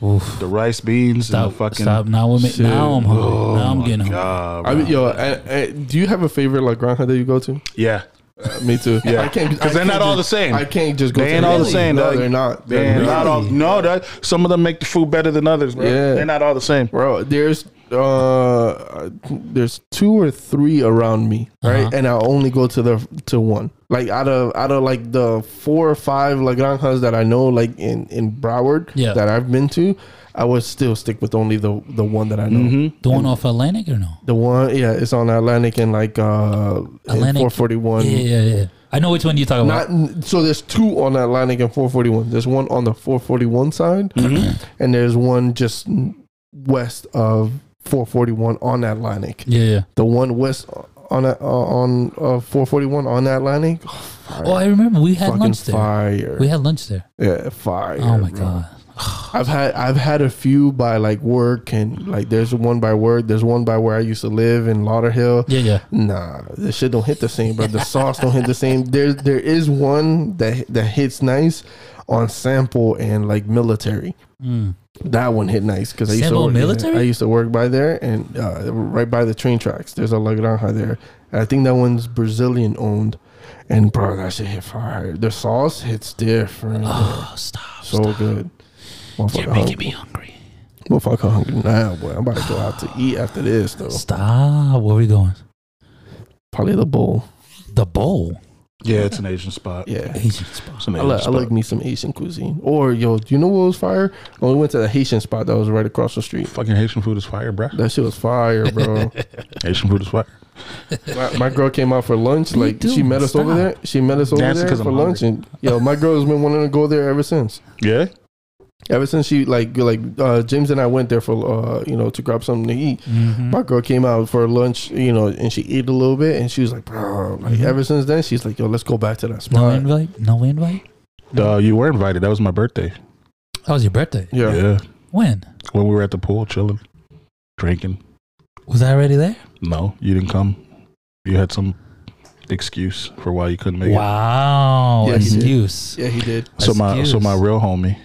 B: Oof.
C: the rice beans,
B: Stop!
C: and the fucking. uh,
B: stop! Now we're ma-
A: Shit.
B: now I'm hungry.
C: Oh
B: now I'm
C: my
B: getting hungry.
C: God,
A: I mean,
C: bro.
A: yo, I, I, do you have a favorite like granja that you go to?
C: yeah,
A: Uh, me too.
C: Yeah.
A: I can't
C: 'Cause
A: I
C: they're
A: can't
C: not all
A: just-
C: the same.
A: I can't just go.
C: They
A: to
C: ain't all the
A: Really?
C: same,
A: No,
C: dog.
A: they're not.
C: they ain't not all. No, that some of them make the food better than others, bro.
A: Yeah.
C: They're not all the same.
A: bro. There's uh, there's two or three around me, right?
B: Uh-huh.
A: And I only go to the to one. Like out of out of like the four or five La Granjas that I know, like in in Broward,
B: Yeah.
A: that I've been to, I would still stick with only the the one that I know.
C: Mm-hmm.
B: The one off Atlantic or no?
A: The one, yeah, it's on Atlantic and like uh,
B: Atlantic.
A: four forty one.
B: Yeah, yeah, yeah. I know which one you talking about.
A: Not so. There's two on Atlantic and 441. There's one on the 441 side,
B: Mm-hmm.
A: and there's one just n- west of 441 on Atlantic.
B: Yeah, yeah.
A: The one west on uh, on uh, 441 on Atlantic. Oh, fire.
B: Oh, I remember we had
A: fucking
B: lunch there.
A: fire!
B: We had lunch there.
A: yeah, fire!
B: oh my
A: bro.
B: god.
A: I've had I've had a few by like work and like there's one by work. There's one by where I used to live in Lauderhill.
B: Yeah, yeah.
A: Nah, this shit don't hit the same, bro. The sauce don't hit the same. There, there is one that that hits nice on sample and like military.
B: Mm.
A: That one hit nice because I used
B: Sample
A: to work, yeah,
B: Military?
A: I used to work by there and uh, right by the train tracks. There's a La Granja there. And I think that one's Brazilian owned, and bro, that shit hit fire. The sauce hits different.
B: Oh, stop.
A: so good.
B: You're
A: Motherfucker
B: making me
A: hungry.
B: hungry.
A: Motherfucker hungry now, boy. I'm about to go out to eat after this though.
B: Stop. Where we going?
A: Probably the bowl.
B: The bowl.
C: Yeah, it's an Asian spot.
A: Yeah.
B: Asian spot.
C: It's an
A: I
C: Asian
A: like, I
C: spot.
A: like me some Asian cuisine. Or yo, do you know what was fire? When we went to the Haitian spot that was right across the street.
C: Fucking Haitian food is fire, bro.
A: That shit was fire, bro.
C: Asian food is fire.
A: my, my girl came out for lunch.
B: Me
A: Like
B: too,
A: she met us over there.
B: stop.
A: She met us over
C: Dancing
A: there
C: 'cause I'm
A: for lunch, and yo, my girl's been wanting to go there ever since.
C: Yeah,
A: Ever since she like like uh, James and I went there for uh, you know to grab something to eat.
B: Mhm.
A: My girl came out for lunch, you know, and she ate a little bit, and she was like, bro. Like
B: Mhm.
A: ever since then, she's like, yo, let's go back to that
B: No
A: spot.
B: invite? No invite?
C: uh, you were invited. That was my birthday.
B: That was your birthday.
A: yeah.
C: yeah,
B: When?
C: when we were at the pool chilling, drinking.
B: Was I already there?
C: No, you didn't come. You had some excuse for why you couldn't make
B: Wow.
A: Yeah, he did.
B: excuse.
A: yeah, he did.
C: it. So my so
B: Excuse.
C: my real homie,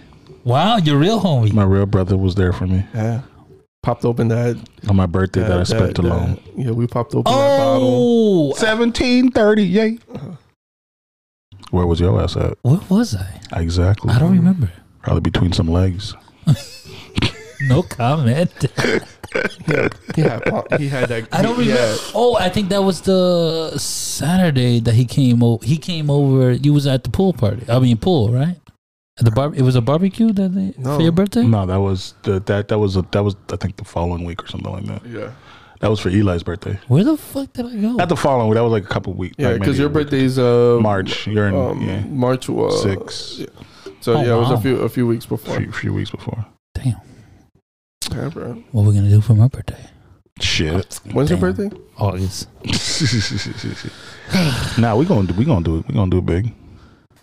B: Wow, your real homie.
C: my real brother was there for me
A: Yeah, popped open that
C: on my birthday that I spent alone.
A: Yeah, we popped open that bottle.
B: oh.
C: Seventeen thirty, yay. Where was your ass at?
B: Where was I?
C: Exactly.
B: I don't remember.
C: Probably between some legs.
B: No comment.
A: He had, pop- he had that.
B: I don't
A: he-
B: remember. Oh, I think that was the Saturday that he came over. He came over. You was at the pool party. I mean, pool, right? At the bar. It was a barbecue that they,
A: No.
B: for your birthday.
C: No, that was the, that that was a, that was I think the following week or something like that.
A: Yeah,
C: That was for Eli's birthday.
B: Where the fuck did I go?
C: Not the following. That was like a couple weeks.
A: yeah,
C: like
A: because
C: maybe
A: your
C: a week.
A: birthday's uh
C: March. You're in
A: um,
C: yeah,
A: March uh,
C: six,
A: So
B: Oh,
A: yeah, it was
B: wow.
A: a few a few weeks
C: a
A: before.
C: few, few weeks before.
B: Damn.
A: Yeah, bro.
B: What we gonna do for my birthday?
C: Shit.
A: When's
B: Damn.
A: your birthday?
B: August.
C: nah, we gonna do we gonna do it. We gonna do it big.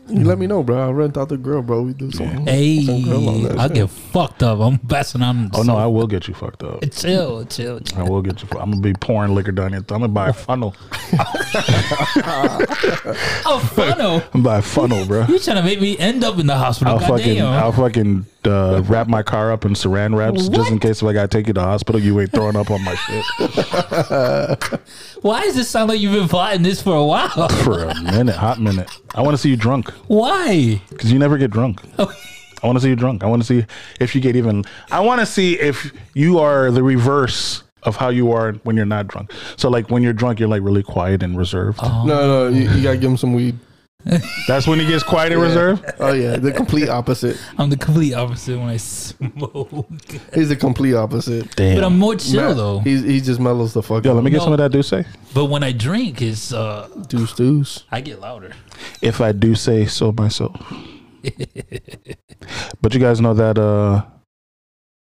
A: You let me know, bro. I'll rent out the grill, bro. We do something.
B: Hey,
A: Some girl on that
B: I
A: shit.
B: get fucked up. I'm passing on.
C: Oh no, I will get you fucked up.
B: Chill, chill, chill.
C: I will get you. fu- I'm gonna be pouring liquor down your. Th- I'm gonna buy a funnel.
B: Oh, funnel.
C: I'm gonna buy a funnel, bro.
B: You trying to make me end up in the hospital?
C: I'll
B: Goddamn.
C: fucking I'll fucking uh, wrap my car up in Saran wraps just in case if I gotta take you to the hospital, you ain't throwing up on my shit
B: Why does this sound like you've been plotting this for a while?
C: for a minute, hot minute. I want to see you drunk
B: Why?
C: because you never get drunk. I want to see you drunk. I want to see if you get even. I want to see if you are the reverse of how you are when you're not drunk. So like when you're drunk, you're like really quiet and reserved.
A: No, no, you, you gotta give him some weed.
C: That's when he gets quiet and reserved.
A: Oh yeah, the complete opposite.
B: I'm the complete opposite when I smoke.
A: He's the complete opposite.
B: But I'm more chill
A: Yeah,
B: though.
A: He's, he just mellows the fuck
C: Yo,
A: up.
C: let me get
B: No.
C: some of that do say.
B: But when I drink, it's uh,
A: Deuce, deuce.
B: I get louder.
C: If I do say so myself. but you guys know that uh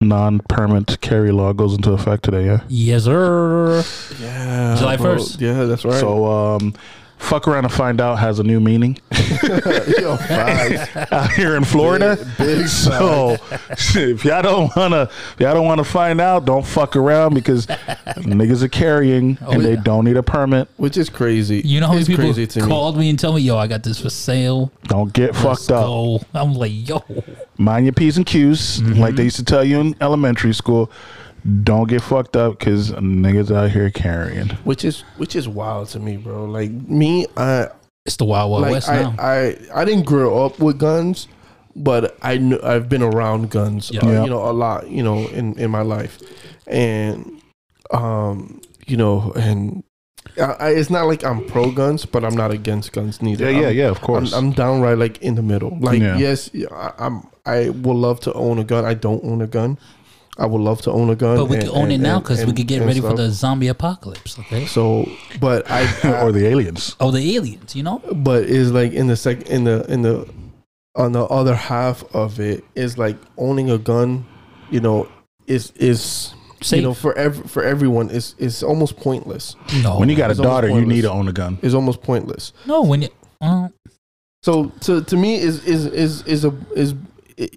C: non permit carry law goes into effect today, yeah?
B: Yes, sir.
A: Yeah.
B: July
A: bro.
B: 1st.
A: Yeah, that's right.
C: So um fuck around and find out has a new meaning
A: Yo, facts.
C: out here in Florida.
A: Big, big
C: So shit, if y'all don't wanna if y'all don't wanna find out, don't fuck around because niggas are carrying
B: Oh,
C: and they
B: yeah.
C: don't need a permit.
A: Which is crazy.
B: You know how many
A: It's crazy to
B: people
A: me.
B: called me and tell me, "Yo, I got this for sale."
C: Don't get
B: Let's
C: fucked up.
B: go. I'm like, yo,
C: mind your p's and q's like they used to tell you in elementary school don't get fucked up because niggas out here carrying
A: Which is which is wild to me, bro. Like me, I
B: it's the Wild Wild
A: like
B: West
A: I,
B: now.
A: I I didn't grow up with guns, but I kn- I've been around guns,
B: Yeah.
A: uh,
C: Yeah.
A: you know, a lot, you know, in in my life, and um, you know, and I, I, it's not like I'm pro guns, but I'm not against guns neither.
C: yeah yeah
A: I'm-
C: yeah of course
A: I'm, I'm downright like in the middle. Like
C: Yeah.
A: yes, I, I'm. I would love to own a gun. I don't own a gun. I would love to own a gun.
B: but we
A: and-
B: could own it
A: and-
B: now
A: and-
B: because we
A: and-
B: could get
A: and
B: ready for
A: stuff.
B: the zombie apocalypse. Okay.
A: So, but I,
C: or the aliens
B: Oh, the aliens. You know.
A: but is like in the sec in the in the on the other half of it is like owning a gun. You know, is is
B: Safe.
A: you know for ev- for everyone is is almost pointless.
B: No.
C: when you got
A: Oh,
C: a
A: it's almost
C: daughter you
A: pointless.
C: need to own a gun
A: Is almost pointless.
B: no, when you. Uh,
A: So to to me is is is is a is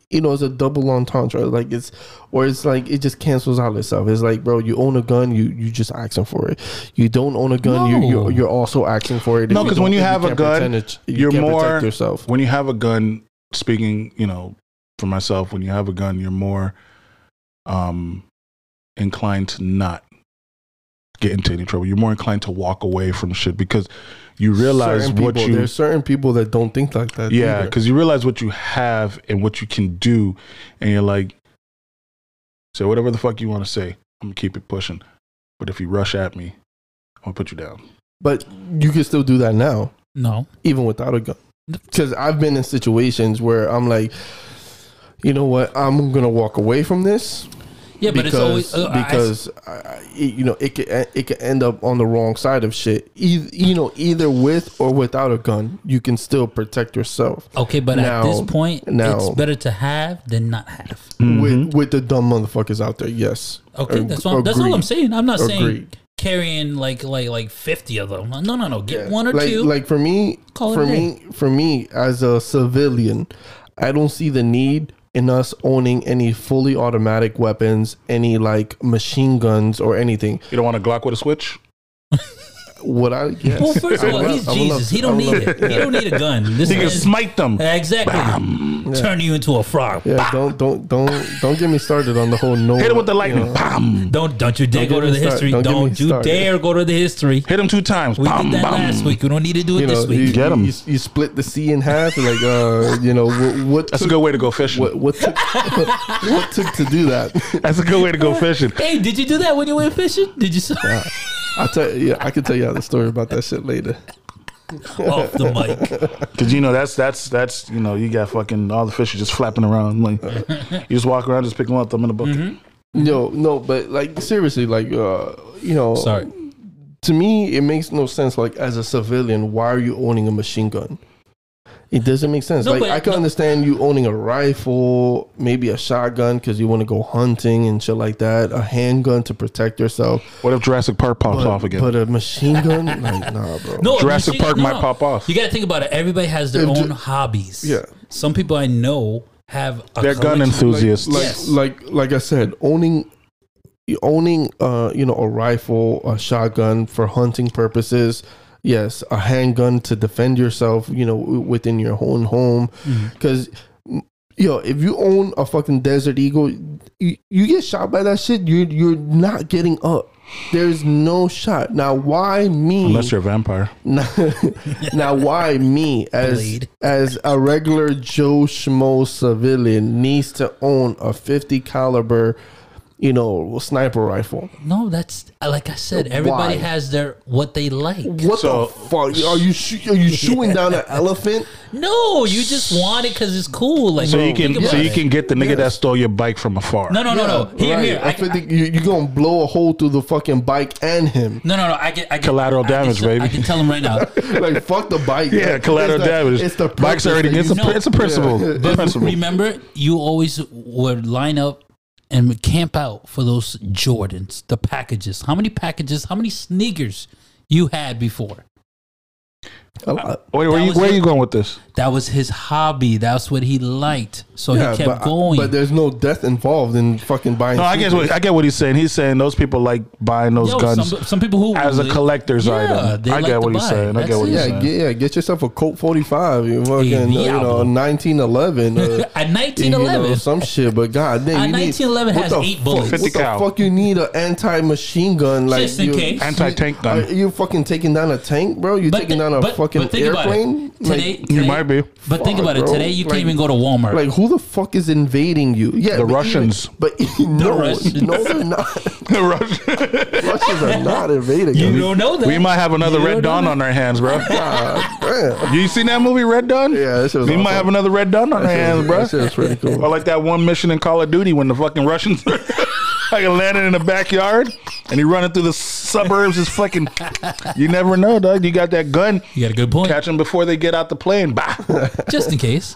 A: you know it's a double entendre like it's or it's like it just cancels out itself it's like bro you own a gun you you just asking for it you don't own a gun you
B: No.
A: you're, you're also asking for it
C: No,
A: If
C: 'cause when
A: don't-
C: you
A: if
C: have a
A: can't
C: gun,
A: pretend it, you
C: you're
A: can't
C: more-
A: protect yourself
C: when you have a gun speaking you know for myself when you have a gun you're more um inclined to not get into any trouble you're more inclined to walk away from shit because you realize
A: Certain
C: what
A: people-
C: you
A: there's certain people that don't think like that
C: Yeah,
A: either.
C: because you realize what you have and what you can do, and you're like, say whatever the fuck you want to say. I'm gonna keep it pushing. But if you rush at me, I'm gonna put you down.
A: but you can still do that now
B: no.
A: even without a gun because I've been in situations where I'm like you know what I'm gonna walk away from this
B: Yeah, but
A: because,
B: it's always uh, I-
A: because I, I- it- you know it could uh, it could end up on the wrong side of shit. Either, you know, either with or without a gun, you can still protect yourself
B: okay, but at
A: Now-
B: this point,
A: now-
B: it's better to have than not have.
A: with with the dumb motherfuckers out there. Yes,
B: Okay,
A: Ag-
B: that's what, that's all I'm
A: agreed.
B: saying. I'm not saying
A: Agreed.
B: carrying like like like fifty of them. No, no, no. Get
A: Yeah.
B: one or
A: like,
B: two.
A: Like for me,
B: Call it
A: for
B: a day.
A: me, for me as a civilian, I don't see the need in us owning any fully automatic weapons, any like machine guns or anything.
C: You don't want a Glock with a switch?
A: Would I? Yes.
B: well, first
A: I
B: of all,
A: would-
B: he's
A: I would love
B: Jesus.
A: to- I
B: He don't
A: would
B: need
A: love
B: it. He don't need a gun. This
C: You can
B: is
C: smite them.
B: exactly turn you into a frog.
A: Yeah, don't don't don't don't get me started on the whole no.
C: Hit him with the
A: you
C: lightning.
A: know.
C: Bam.
B: Don't don't you dare
A: Don't
B: go
A: get
B: to
A: me
B: the
A: start-
B: history.
A: don't
B: Don't,
A: get me
B: you
A: started.
B: dare go to the history.
C: Hit him two times.
B: We
C: bam,
B: did that
C: bam.
B: last week. We don't need to do it
A: you know,
B: this week.
A: You,
C: Get 'em.
A: You, you split the sea in half, like uh, you know what? what
C: That's a
A: took,
C: good way to go fishing.
A: What, what took what took to do that?
C: That's a good way to go fishing.
B: hey, did you do that when you went fishing? Did you
A: I tell yeah, I can tell you all the story about that shit later.
B: off the mic?
C: Cause you know that's that's that's you know you got fucking all the fish are just flapping around like you just walk around just pick them up them in a bucket.
B: Mm-hmm.
A: No, no, but like seriously, like uh, you know,
B: Sorry.
A: to me it makes no sense. Like as a civilian, why are you owning a machine gun? It doesn't make sense.
B: No,
A: like
B: but-
A: I can
B: no.
A: understand you owning a rifle, maybe a shotgun because you want to go hunting and shit like that. A handgun to protect yourself.
C: What if Jurassic Park pops
A: But,
C: off again?
A: but a machine gun, like nah, bro.
B: No,
C: Jurassic
B: machine-
C: Park might pop off.
B: You got to think about it. Everybody has their
A: If ju-
B: own hobbies.
A: Yeah.
B: Some people I know have a
C: They're gun
B: collection.
C: enthusiasts.
A: like
B: Yes.
A: like like I said, owning owning uh you know a rifle, a shotgun for hunting purposes. Yes, a handgun to defend yourself. You know, w- within your own home, because. Yo, if you own a fucking Desert Eagle, you, you get shot by that shit. You're you're not getting up. There's no shot. Now, why me?
C: Unless you're a vampire.
A: now, now why me as
B: Blade.
A: as a regular Joe Schmo civilian needs to own a 50 caliber you know, sniper rifle.
B: No, that's like I said. Everybody
A: Why?
B: has their what they like.
A: What
C: So-
A: the fuck? Are you shoo- are you shooting down an elephant?
B: No, you just want it because it's cool. Like
C: So you can
B: think
C: so
B: about
C: you
B: it.
C: can get the nigga that stole your bike from afar.
B: No, no, no, no. Here,
A: Right.
B: here.
A: I,
B: I,
A: think you, you're gonna blow a hole through the fucking bike and him.
B: no, no, no. I get I get,
C: Collateral
B: I can
C: damage,
B: tell- I
C: baby.
B: can tell him right now.
A: like fuck the bike.
C: Yeah, collateral
A: It's the-
C: damage.
A: It's the
C: bike's
A: purpose
C: already.
A: that
C: It's
A: you-
C: a,
B: No.
C: it's a principle.
A: Yeah.
C: It's a principle.
B: Remember, you always would line up and would camp out for those Jordans, the packages. How many packages? How many sneakers you had before?
C: Wait, where,
B: That
C: you,
B: was
C: where
B: your-
C: you going with this?
B: That was his hobby. That's what he liked. So
A: Yeah,
B: he kept
C: uh,
A: but,
B: going.
A: But there's no death involved in fucking buying.
C: No, I guess what, I get what he's saying. He's saying those people like buying those
B: Yo,
C: guns
B: some, some people who
C: as a collector's item.
B: they
C: I
B: like
C: get
B: to
C: what he's
B: buy.
C: saying. I get
B: That's
C: what
B: it.
C: he's
A: yeah,
C: saying.
A: get, yeah, get yourself a Colt 45, you fucking, uh, you know,
B: Diablo.
A: 1911, uh,
B: At
A: you
B: 1911,
A: know, some shit. But god damn,
B: A
A: you need-
B: 1911
A: what
B: Uh, has
A: the
B: eight
A: fuck-
B: bullets.
A: What
C: 50
A: the
C: cal.
A: fuck you need an anti-machine gun like
B: Just in
A: you-
B: case.
C: Anti-tank gun.
A: Are you fucking taking down a tank, bro? You taking
B: thi-
A: down a fucking
B: think about it.
A: airplane? Like-
B: Today,
C: You
B: today-
C: might be.
B: But think
A: Fuck,
B: about it.
A: bro.
B: Today, you
A: Like-
B: can't even go to Walmart.
A: Like who the fuck is invading you? Yeah, but
C: The
A: even-
C: Russians.
A: but no,
B: Russians.
A: no, they're not. Russians are not invading.
B: you
A: us.
B: don't know that.
C: we might have another
B: You
C: Red
B: don't know
C: Dawn
B: that.
C: on our hands, bro.
A: God damn.
C: you seen that movie, Red Dawn?
A: Yeah, that shit was
C: We might
A: awesome.
C: have another Red Dawn on our
A: That shit
C: hands,
A: was-
C: bro.
A: That shit was pretty cool.
C: Or like that one mission in Call of Duty when the fucking Russians like landed in the backyard and he running through the suburbs is fucking you never know, dog. You got that gun.
B: You got a good point.
C: Catch them before they get out the plane. Bah.
B: Just in case.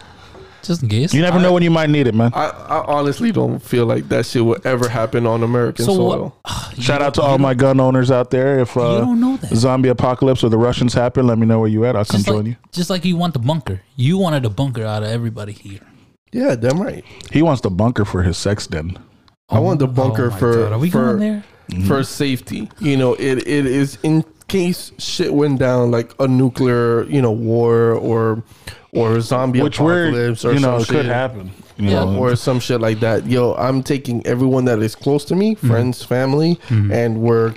B: Just in case.
C: You never know when you might need it, man.
A: I, I honestly don't feel like that shit would ever happen on American
B: So what-
A: soil.
C: Shout out to all my gun owners out there. If uh,
B: don't know that.
C: zombie apocalypse or the Russians happen, let me know where you at. I'll come
B: just
C: join
B: like,
C: you.
B: Just like you want the bunker. You wanted a bunker out of everybody here.
A: Yeah, damn right.
C: He wants the bunker for his sex den.
A: I want the bunker
B: Oh my
A: for
B: God, Are we
A: for,
B: going there?
A: Mm-hmm. for safety. You know, it, it is in case shit went down like a nuclear, you know, war or or zombie
C: Which we're
A: apocalypse or
C: you know
A: some
C: it could
A: shit.
C: happen. You
B: Yeah.
C: know,
A: or some shit like that. Yo, I'm taking everyone that is close to
B: Mm-hmm.
A: me, friends, family, and we're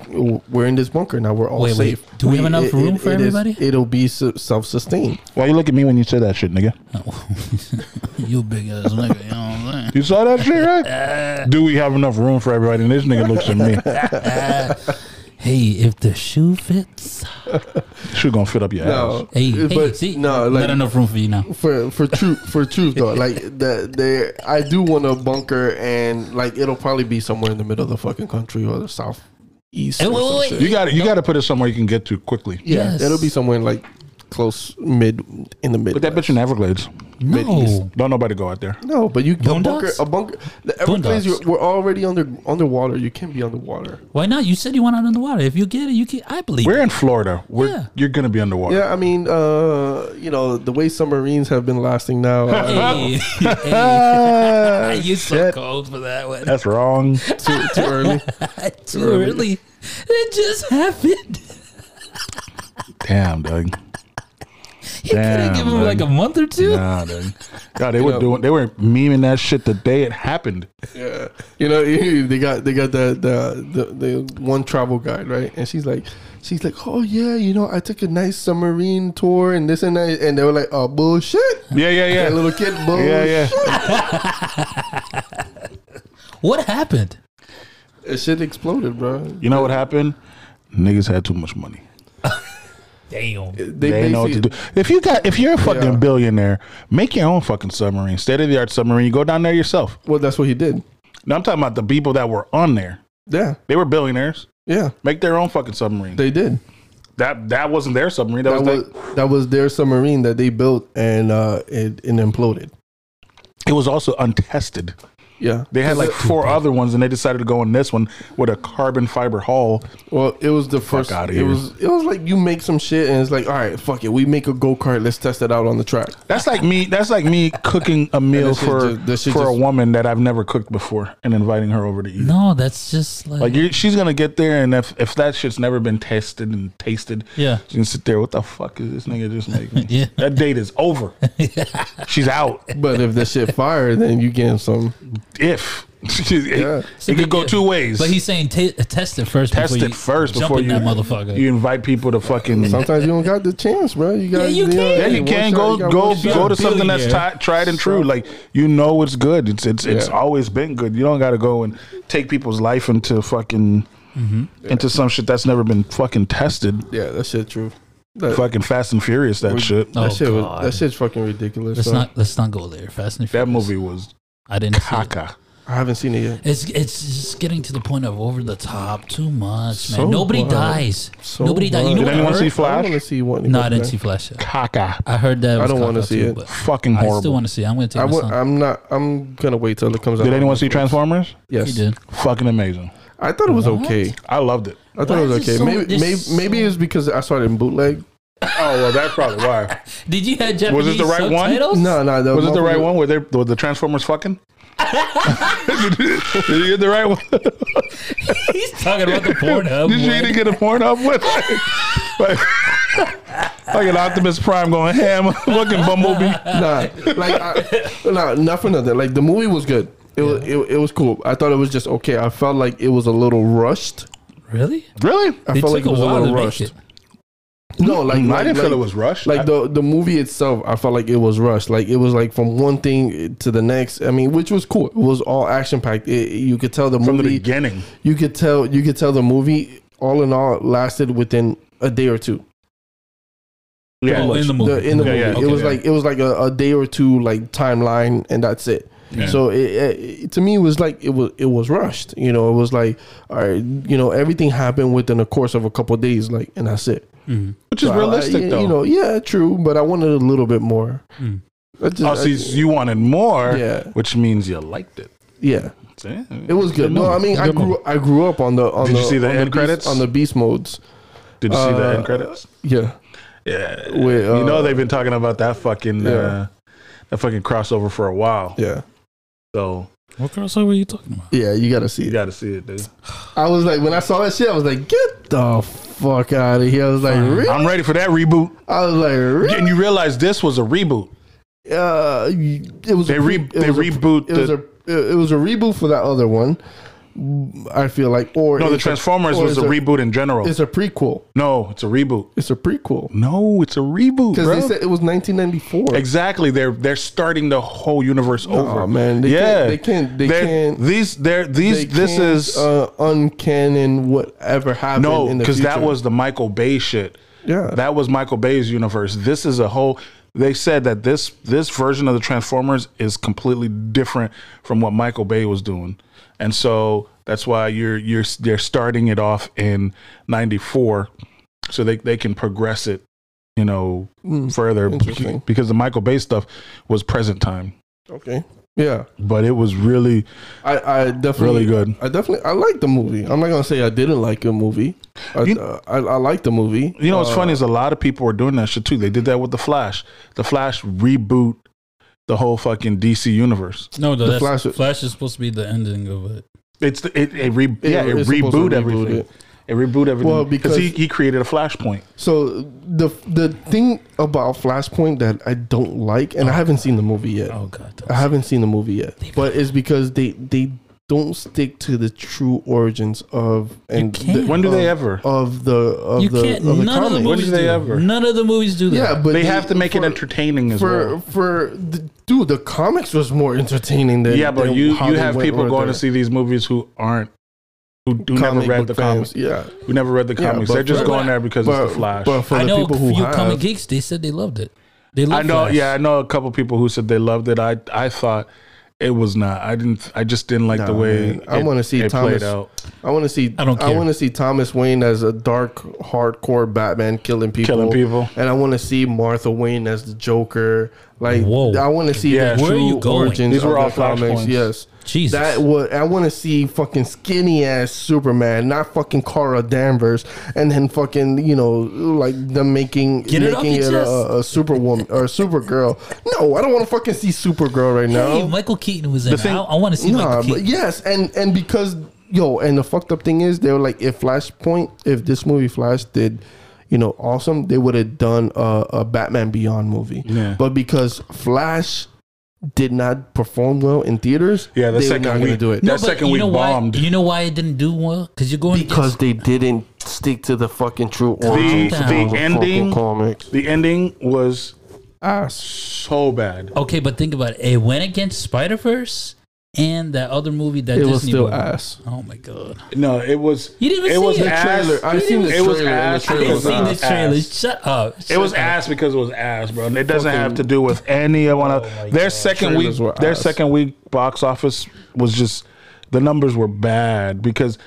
A: we're in this bunker now. We're all
B: Wait, wait.
A: safe.
B: Do we have enough room for
A: is-
B: everybody?
A: it'll be su- self-sustained.
C: why you look at me when you say that shit, nigga?
B: you big ass nigga. You know what I'm saying?
C: You saw that shit, right? Do we have enough room for everybody? And this nigga looks at me.
B: Hey, if the shoe fits.
C: She gonna fit up your ass.
A: No,
B: Hey,
A: but
B: hey, see,
A: no,
B: not
A: like
B: enough room for you now.
A: for for truth for truth though, like that they I do want a bunker and like it'll probably be somewhere in the middle of the fucking country or the south east.
B: Hey,
A: or
B: wait,
A: some
B: wait,
A: shit.
C: You got to You got to put it somewhere you can get to quickly.
A: Yeah,
B: Yes.
A: it'll be somewhere in, like close mid in the mid.
C: Put that bitch in Everglades.
B: No,
C: Don't nobody go out there.
A: No, but you a bunker.
B: Boondocks?
A: A bunker. The Everglades.
B: Boondocks.
A: You're, we're already under underwater. You can be underwater.
B: why not? You said you want out in the water. If you get it, you can. I believe.
C: We're in Florida. We're
B: Yeah.
C: you're gonna be underwater.
A: Yeah, I mean, uh, you know, the way submarines have been lasting now.
B: it.
A: Uh,
B: Hey, hey.
C: Ah,
B: you so
C: shit.
B: cold for that one.
C: That's wrong.
A: too, too early.
B: Too early. It just happened.
C: Damn, dog.
B: You could have
C: Damn,
B: given him
C: man.
B: like a month or two.
C: Nah, dude. God, they were doing. They were memeing that shit the day it happened.
A: Yeah, you know, they got they got the the, the the one travel guide right, and she's like, she's like, oh yeah, you know, I took a nice submarine tour and this and that, and they were like, oh bullshit,
C: Yeah, yeah,
A: that
C: yeah,
A: little kid, bullshit.
C: yeah, yeah.
B: What happened?
A: That shit exploded, bro.
C: You know what happened? Niggas had too much money.
B: Damn.
A: They,
C: They, didn't know what to do.
A: basically-
C: If you got, if you're a fucking
A: Yeah.
C: billionaire, make your own fucking submarine, state of the art submarine. You go down there yourself.
A: Well, that's what he did.
C: Now I'm talking about the people that were on there.
A: Yeah,
C: They were billionaires.
A: yeah,
C: Make their own fucking submarine.
A: they did.
C: that that wasn't their submarine.
A: that
C: That, was,
A: was that was their submarine that they built and uh it, it imploded.
C: it was also untested.
A: Yeah.
C: They had like four other ones, and they decided to go on this one with a carbon fiber hull.
A: Well, it was the first.
C: outta
A: it
C: here.
A: was it was like you make some shit and it's like, all right, fuck it, we make a go kart, let's test it out on the track.
C: That's like me. That's like me cooking a meal
A: this shit
C: for
A: ju- this shit
C: for a
A: just-
C: woman that I've never cooked before, and inviting her over to eat.
B: No, that's just like,
C: Like you're, she's gonna get there, and if if that shit's never been tested and tasted,
B: Yeah.
C: she's gonna sit there. What the fuck is this nigga just making?
B: Yeah.
C: that date is over. she's out.
A: But if the shit fire, then you get some.
C: If yeah.
B: It's a
C: It could
B: big
C: go
B: deal.
C: two ways.
B: But he's saying t- test it first.
C: Test
B: before
C: it
B: you
C: first
B: jump
C: before
B: in
C: you-
B: that motherfucker.
C: you invite people to fucking.
A: Sometimes you don't got the chance, bro. You got
B: Yeah, you can.
C: Yeah, you can go go go to something that's
B: billionaire.
C: ti tried and true. Like you know, it's good. It's it's it's
A: Yeah.
C: always been good. You don't got to go and take people's life into fucking
B: Mm-hmm.
C: into some shit that's never been fucking tested.
A: Yeah, that shit true. That,
C: Fucking Fast and Furious, that
A: we-
C: shit.
A: That
B: Oh,
A: shit was,
B: God.
A: that shit's fucking ridiculous.
B: let's
A: so.
B: not let's not go there. Fast and
C: That
B: Furious.
C: movie was
B: I didn't. see it.
C: caca.
A: I haven't seen it yet.
B: It's it's just getting to the point of over the top. Too much, man.
A: So
B: Nobody
A: what?
B: dies.
A: So
B: Nobody died. You
A: what?
B: know
C: Did
B: what I
C: anyone
B: heard?
C: see
A: I
C: Flash?
A: want to see one.
B: No, I didn't see Flash. yet.
C: Caca.
B: I heard that.
A: I
B: was
A: don't
B: cop
A: wanna
B: out
A: see
B: too,
A: it.
B: but
C: Fucking
B: I still
C: horrible.
B: want to see. I'm gonna take
A: I
B: my
A: w-
B: son.
A: I'm not. I'm gonna wait till it comes out.
C: Did anyone see Transformers?
A: Yes,
B: He did.
C: Fucking amazing.
A: I thought it was
B: What?
A: okay.
C: I loved it.
A: I
B: Why
A: thought it
B: is
A: was
B: it
A: okay.
B: so-
A: maybe
B: this
A: maybe,
B: is
A: maybe
B: so-
A: it's because I started in bootleg.
C: Oh well, that's probably why.
B: Did you have Japanese
C: Was it the right one?
B: subtitles?
A: No, no, that
C: Was it the right one? Were they were the Transformers fucking? Did you get the right one?
B: He's talking about the porn hub.
C: Did you
B: one.
C: even get a porn up with? like, like an Optimus Prime going ham, looking Bumblebee.
A: Nah, like I, nah, nothing of that. Like the movie was good. It, was, it it was cool. I thought it was just okay. I felt like it was a little rushed.
B: Really?
C: Really? Mm,
A: I
B: They
A: felt like it was a little
B: make
A: rushed.
B: it.
A: No, like
C: Mm-hmm. I
A: like-
C: didn't
A: like-
C: feel it was rushed.
A: like
C: I-
A: the the movie itself i felt like it was rushed like it was like from one thing to the next i mean which was cool it was all action packed you could tell the
C: from the
A: movie
C: beginning.
A: you could tell you could tell the movie all in all lasted within a day or two
B: Oh,
C: Yeah.
B: in the movie.
A: the, in the
C: Yeah,
A: movie
C: yeah,
A: it
C: okay,
A: was
C: yeah.
A: like it was like a, a day or two like timeline and that's it
C: Yeah.
A: so it, it, it- to me it was like it was it was rushed you know it was like all right you know everything happened within the course of a couple of days like and that's it
B: Mhm.
C: Which is
A: So I-
C: realistic,
A: you-
C: though.
A: you know yeah true but i wanted a little bit more
B: Mm.
A: I just-
C: oh,
A: I-
C: see, you wanted more,
A: uh, Yeah.
C: which means you liked it.
A: Yeah,
C: See?
A: it was good. No, I mean, I grew I grew up on the on
C: Did
A: the,
C: you see the
A: on
C: end
A: beast-
C: credits?
A: on the beast modes.
C: Did you see the
A: uh,
C: end credits?
A: Yeah,
C: Yeah.
A: with, uh,
C: you know they've been talking about that fucking
A: yeah.
C: uh, that fucking crossover for a while.
A: yeah,
C: So
B: What crossover are you talking about?
A: yeah. You gotta see
C: you
A: it.
C: got to see it, dude.
A: I was like, when I saw that shit, I was like, get the fuck out of here. I was like, really?
C: I'm ready for that reboot.
A: I was like, really?
C: And you realize this was a reboot.
A: Uh, it was
C: They
A: a
C: re-
A: pre- it
C: they
A: was a-
C: reboot
A: It was
C: the-
A: a it was a reboot for that other one. I feel like or
C: No, the
A: it's a-
C: Transformers
A: or
C: was a,
A: it's
C: reboot in general.
A: It's a prequel.
C: no, it's a reboot.
A: It's a prequel
C: No, it's a reboot,
A: because
C: bro.
A: they said it was 1994.
C: exactly. They're they're starting the whole universe over.
A: man, they
C: yeah,
A: can't- they can't- they
C: They're-
A: can't-
C: These they're these.
A: They
C: This
A: can't,
C: is
A: uh, uncanon. Whatever happened?
C: no,
A: in the
C: because that
A: future.
C: was the Michael Bay shit.
A: Yeah.
C: that was Michael Bay's universe. This is a whole. They said that this this version of the Transformers is completely different from what Michael Bay was doing, and so that's why you're you're they're starting it off in '94, so they they can progress it, you know,
A: Mm.
C: further
A: interesting.
C: because the Michael Bay stuff was present time,
A: okay. Yeah,
C: but it was really
A: I, I definitely
C: Really good.
A: I definitely I like the movie. I'm not gonna say I didn't like a movie. I
C: You-
A: uh, I, I like the movie.
C: You know what's
A: Uh,
C: funny is a lot of people are doing that shit too. They did that with the Flash. The Flash reboot the whole fucking DC universe.
B: No, no
A: The
B: that's, Flash,
A: Flash-
B: is supposed to be the ending of it.
C: It's the, it, it re, yeah it
A: it's supposed to
C: reboot
A: reboot
C: everything. It.
A: it.
C: reboot everything.
A: Well,
C: because he,
A: because-
C: he created a Flashpoint.
A: So the the thing about Flashpoint that I don't like, and I haven't seen the movie yet.
B: Oh god.
A: I haven't seen the movie yet,
B: Leave it
A: but it's because they they don't stick to the true origins of and the-
B: can't.
C: When do they
A: of-
C: ever?
A: of the of
B: you
A: the
B: can't.
A: of the
B: none of the
A: comic.
C: When
B: movies
C: did they
B: do.
C: ever?
B: None of the movies do that.
A: Yeah, but
C: They have to make it
A: for-
C: entertaining as
A: for
C: well.
A: for the, dude. The comics was more entertaining than
C: yeah, but
A: than
C: you
A: how
C: you
A: they
C: have
A: went
C: people
A: with
C: going
A: the
C: to see these movies who aren't who, who never
A: comic
C: read
A: book
C: the
A: fans.
C: comics.
A: Yeah,
C: Who never read the
A: Yeah,
C: comics.
A: but
C: They're just
A: for-
C: going there because
A: but,
C: it's the Flash.
A: But for
B: I
A: the
B: know
A: people
B: a
A: who
B: few
A: have,
B: comic geeks. They said they loved it. They
C: I
B: loved
C: know.
B: Flash.
C: Yeah, I know a couple people who said they loved it. I I thought it was not. I didn't. I just didn't like the
A: Nah,
C: way
A: man. I
C: it-
A: wanna see
C: it
A: Thomas-
C: played out.
A: I want to see.
B: I don't care.
A: want to see Thomas Wayne as a dark, hardcore Batman killing people,
C: Killing people.
A: and I want to see Martha Wayne as the Joker. Like,
B: Whoa.
A: I want to see
C: Yeah.
A: the
B: Where are
A: true
B: you going?
A: origins
C: These
A: of
C: were all
A: the comics.
C: flashpoints.
A: Yes,
B: Jesus.
A: That what I want to see fucking skinny ass Superman, not fucking Kara Danvers, and then fucking you know like them making
B: Get it off
A: making
B: your
A: it,
B: chest.
A: a, a Superwoman or a Supergirl. No, I don't want to fucking see Supergirl right now.
B: Hey, Michael Keaton was in. it.
C: thing-
B: I, I want to see
A: Nah,
B: Michael
A: but
B: Keaton.
A: yes, and and because yo, and the fucked up thing is they were like, if Flashpoint, if this movie Flash did, you know, awesome, they would have done a, a Batman Beyond movie.
C: Yeah.
A: But because Flash did not perform well in theaters,
C: Yeah, the
A: they were
C: second
A: not
C: week-
A: going to do it.
B: but
C: That second
B: you
C: week
B: know why-
C: bombed.
B: You know why it didn't do well? Because you're going
A: because they didn't stick to the fucking true origins
B: the
A: of fucking
C: ending-
A: comics.
C: The ending was
A: Ah,
C: so bad.
B: Okay, but think about it. It went against Spider Verse and that other movie
A: it
B: that Disney
A: was still
B: movie.
A: ass.
B: Oh my god!
C: No, it was.
B: You didn't even
C: it
B: see
C: was
B: it. The
C: Ass.
A: trailer. I've seen the
C: it was
A: trailer, and the
C: ass.
B: I
A: trailer
C: It
B: didn't
A: was
B: see
A: ass.
B: the trailer.
C: ass.
B: Shut up!
C: It
B: Shut
C: was
B: up.
C: ass because it was ass, bro. And it doesn't
A: Fucking-
C: have to do with any of one of their second week.
A: Trailers were
C: Their
A: ass.
C: second week box office was just the numbers were bad because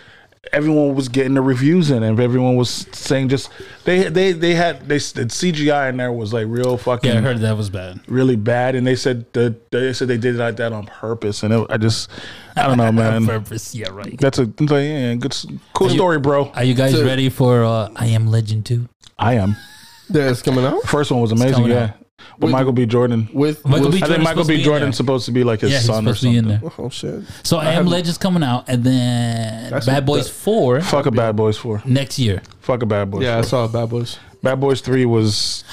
C: everyone was getting the reviews in and everyone was saying just they they they had they the CGI in there was like real fucking
B: Yeah, I heard that was bad.
C: really bad and they said the, they said they did it like that on purpose and it, I just I don't know
B: On
C: man.
B: purpose. Yeah, right.
C: That's a it's like, yeah, good s- cool story, bro.
B: Are you guys ready for uh, I Am Legend two?
C: I am.
A: That's coming out
C: First one was amazing,
B: coming
C: yeah. With
A: Wait,
C: Michael B. Jordan.
A: with
B: Michael
A: Will
B: B.
C: I think
B: Jordan's
C: Michael
B: supposed to be
C: B.
B: in
C: Jordan's
B: there.
C: supposed to be like his
B: Yeah, he's
C: son or
B: supposed to be in
C: something.
B: there.
A: Oh shit!
B: So I, Am
A: haven't-
B: Legend's coming out, and then
A: That's
B: Bad
A: what
B: Boys
A: the-
B: Four
C: Fuck a Bad Boys Four.
B: next year.
C: Fuck a Bad Boys.
A: Yeah, I
C: Four.
A: saw Bad Boys.
C: Bad Boys Three was.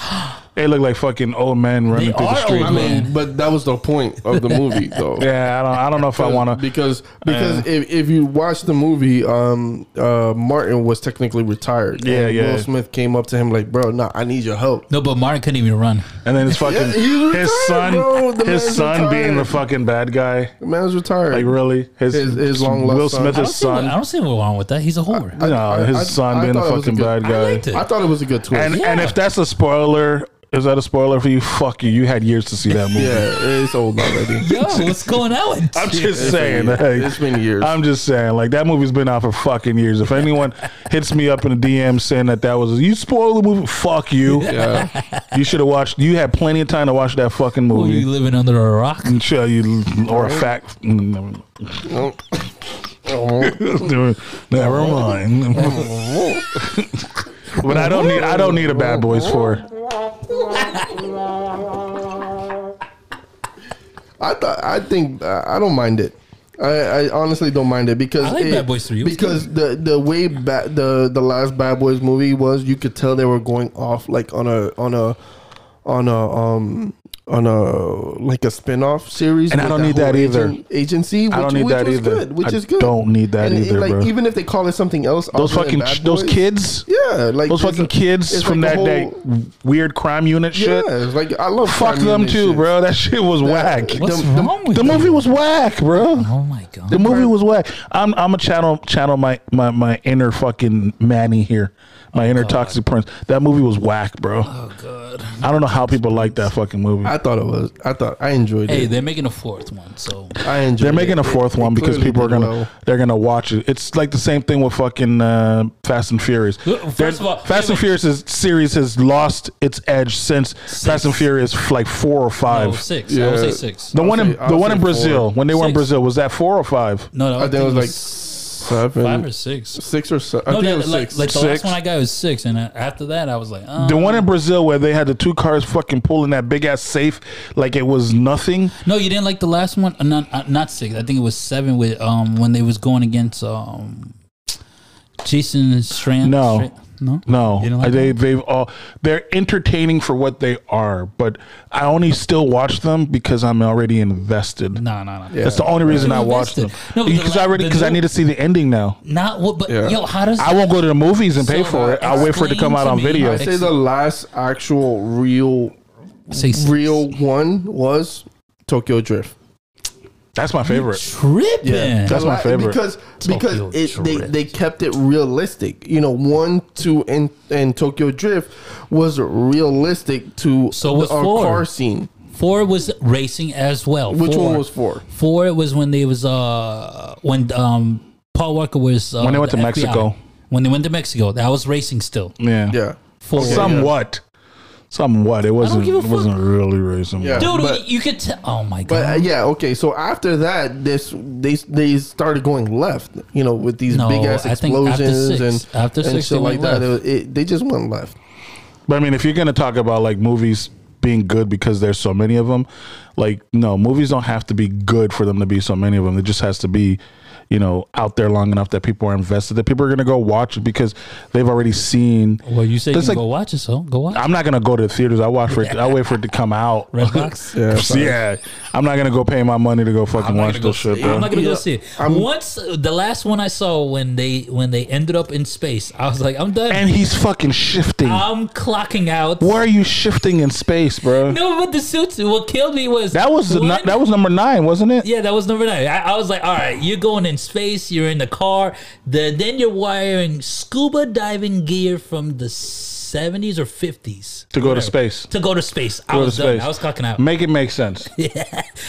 C: They look like fucking old men running
B: They
C: through the
B: are
C: street.
B: old
A: I mean, but that was the point of the movie, though.
C: Yeah, I don't. I don't know if I want to.
A: because because if, if you watch the movie, um, uh, Martin was technically retired.
C: Yeah,
A: And
C: yeah.
A: Will Smith came up to him like, "Bro, nah, I need your help."
B: No, but Martin couldn't even run.
C: And then his fucking
A: he's retired,
C: his son,
A: bro. The
C: his
A: man's
C: son being
A: retired.
C: the fucking bad guy.
A: The man's retired.
C: Like really, his
A: His- his long-lost
C: Will
A: son.
C: Smith,
A: I
B: I
C: his
B: don't, see what, I
C: son.
B: don't see what's wrong with that. He's a whore.
C: No,
A: I-
C: his
A: I-
C: son
A: I
C: being the
A: thought it was
C: fucking
A: a good-
B: I
C: bad guy.
B: liked it.
A: I thought it was a good twist.
C: And and
B: Yeah.
C: if that's a spoiler, is that a spoiler for you? Fuck you. You had years to see that movie.
A: yeah, it's old already.
B: Yo, what's going on?
C: I'm just
A: It's
C: saying. Like,
A: been years. It's been years.
C: I'm just saying, like that movie's been out for fucking years. If anyone hits me up in a DM saying that that was you spoil the movie, fuck you.
A: yeah,
C: You should have watched. You had plenty of time to watch that fucking
B: Who you
C: movie.
B: living under a rock?
C: And show you or a fact. mm, Never, never mind. but I don't need. I don't need a Bad Boys for.
A: I thought I think uh, I don't mind it. I, I honestly don't mind it because
B: I like
A: it-
B: Bad Boys 3. It was
A: because the the way ba- the the last Bad Boys movie was, you could tell they were going off like on a on a on a um on a like a spin-off series
C: And I
A: with
C: don't need
A: whole
C: that either.
A: agent- agency which,
C: I don't need
A: which
C: that
A: was
C: either.
A: good which
C: I
A: is good
C: don't need that
A: and it-
C: either,
A: like
C: bro.
A: even if they call it something else
C: Those
A: other than
C: fucking
A: Bad
C: those
A: Boys,
C: kids.
A: yeah like
C: Those
A: it's
C: fucking
A: a-
C: kids
A: it's
C: from
A: like
C: that,
A: a whole-
C: that weird crime unit shit.
A: yeah it's like I love
C: Fuck
A: crime
C: them
A: unit
C: too,
A: shit.
C: bro. That shit was whack.
B: What's
A: The- the-
B: wrong with
C: The
B: you?
C: movie was whack, bro.
B: Oh my god!
C: The movie was whack. I'm I'm a channel channel my my my inner fucking Manny here,
A: Oh,
C: my inner toxic prince. That movie was whack, bro.
B: oh god!
C: I don't know how people like that fucking movie.
A: I thought it was I thought I enjoyed
B: Hey,
A: it
B: they're making a fourth one, so
A: I enjoyed
C: They're making
A: it.
C: a fourth
A: It-
C: one
A: it
C: because
A: clearly
C: people are
A: did
C: gonna
A: well.
C: they're gonna watch it. It's like the same thing with fucking uh, Fast and Furious.
B: Look, first
C: They're-
B: of all, wait a
C: Fast
B: minute.
C: and Furious is, series has lost its edge since Fast and Furious f- like four or
B: oh,
C: five.
B: six. I
A: Yeah.
B: would say six.
C: the one in
A: say- I'll
C: the one in
A: say four.
C: Brazil when they were in
B: Six.
C: Brazil was that four or five?
B: No, that
A: I think it was like
B: five
A: seven,
B: or six.
A: six or seven. I
B: No,
A: think it
B: that,
A: was
B: like,
A: six.
B: like the last
C: Six.
B: one I got was six, and uh, after that I was like, uh,
C: The one in Brazil where they had the two cars fucking pulling that big ass safe like it was nothing.
B: No, you didn't like the last one. Uh, Not uh, not six. I think it was seven with um when they was going against um Jason Strand.
C: No.
B: Strand- no,
C: No,
B: You didn't like
C: they they've all they're entertaining for what they are, but I only still watch them because I'm already invested.
B: no, no, no.
A: Yeah.
C: That's the only reason I
B: You're
C: watch them
B: invested. No, but the
C: because I
B: la-
C: already
B: the
C: because I
B: new-
C: need to see the ending now.
B: Not what, but
A: Yeah.
B: yo, how does
C: I won't go to the movies and pay
B: So, uh,
C: for it. I'll wait for it to come out on
B: explain to me-
C: video.
A: I say the last actual real,
B: say six.
A: real one was Tokyo Drift.
C: That's my favorite.
B: tripping?
C: That's
A: The
C: my
A: la-
C: favorite.
A: because
B: Tokyo
A: because it, they
B: Drift.
A: they kept it realistic. You know, one, two, and and Tokyo Drift was realistic to
B: So was
A: our
B: four.
A: car scene.
B: Four was racing as well.
A: Which
B: Four.
A: one was four?
B: four? Was when they was uh when um Paul Walker was uh,
C: When they went
B: the
C: to
B: FBI.
C: Mexico.
B: When they went to Mexico, that was racing still.
C: Yeah,
A: Yeah,
B: Four.
C: somewhat, somewhat. It wasn't
B: give a
C: it wasn't really racing.
A: Yeah.
B: Dude,
A: But-
B: you could tell. Oh my god!
A: but uh, yeah, okay. So after that, this they they started going left. You know, with these
B: No,
A: big ass
B: I think after
A: explosions
B: six-
A: and
B: after
A: and
B: six,
A: shit
B: they
A: like
B: went
A: that.
B: left.
A: It, it, they just went left.
C: But I mean, if you're gonna talk about like movies being good because there's so many of them, like no, movies don't have to be good for them to be so many of them. It just has to be you know out there long enough that people are invested that people are gonna go watch it because they've already seen.
B: Well, you say you
C: That's
B: can
C: like-
B: go watch it, so go watch.
C: I'm not gonna go to the theaters. I watch for it. I wait for it to come out.
B: Redbox.
A: Yeah,
C: yeah, I'm not gonna go pay my money to go fucking
B: I'm not
C: watch
B: gonna go
C: this
B: see.
C: shit.
B: it.
C: bro.
B: I'm not gonna go
A: Yeah.
B: see it.
A: I'm-
B: Once the last one I saw when they when they ended up in space, I was like, I'm done.
C: and he's fucking shifting.
B: I'm clocking out.
C: Where are you shifting in space, bro?
B: No, but the suits. What killed me was
C: That was the,
B: one-
C: nu- that was number nine, wasn't it?
B: Yeah, that was number nine. I, I was like, all right, you're going in space, you're in the car, the, then you're wearing scuba diving gear from the 70s or 50s
C: To go to space.
B: to go to space. I
C: Go to
B: was done.
C: space.
B: I was clocking out.
C: Make it make sense.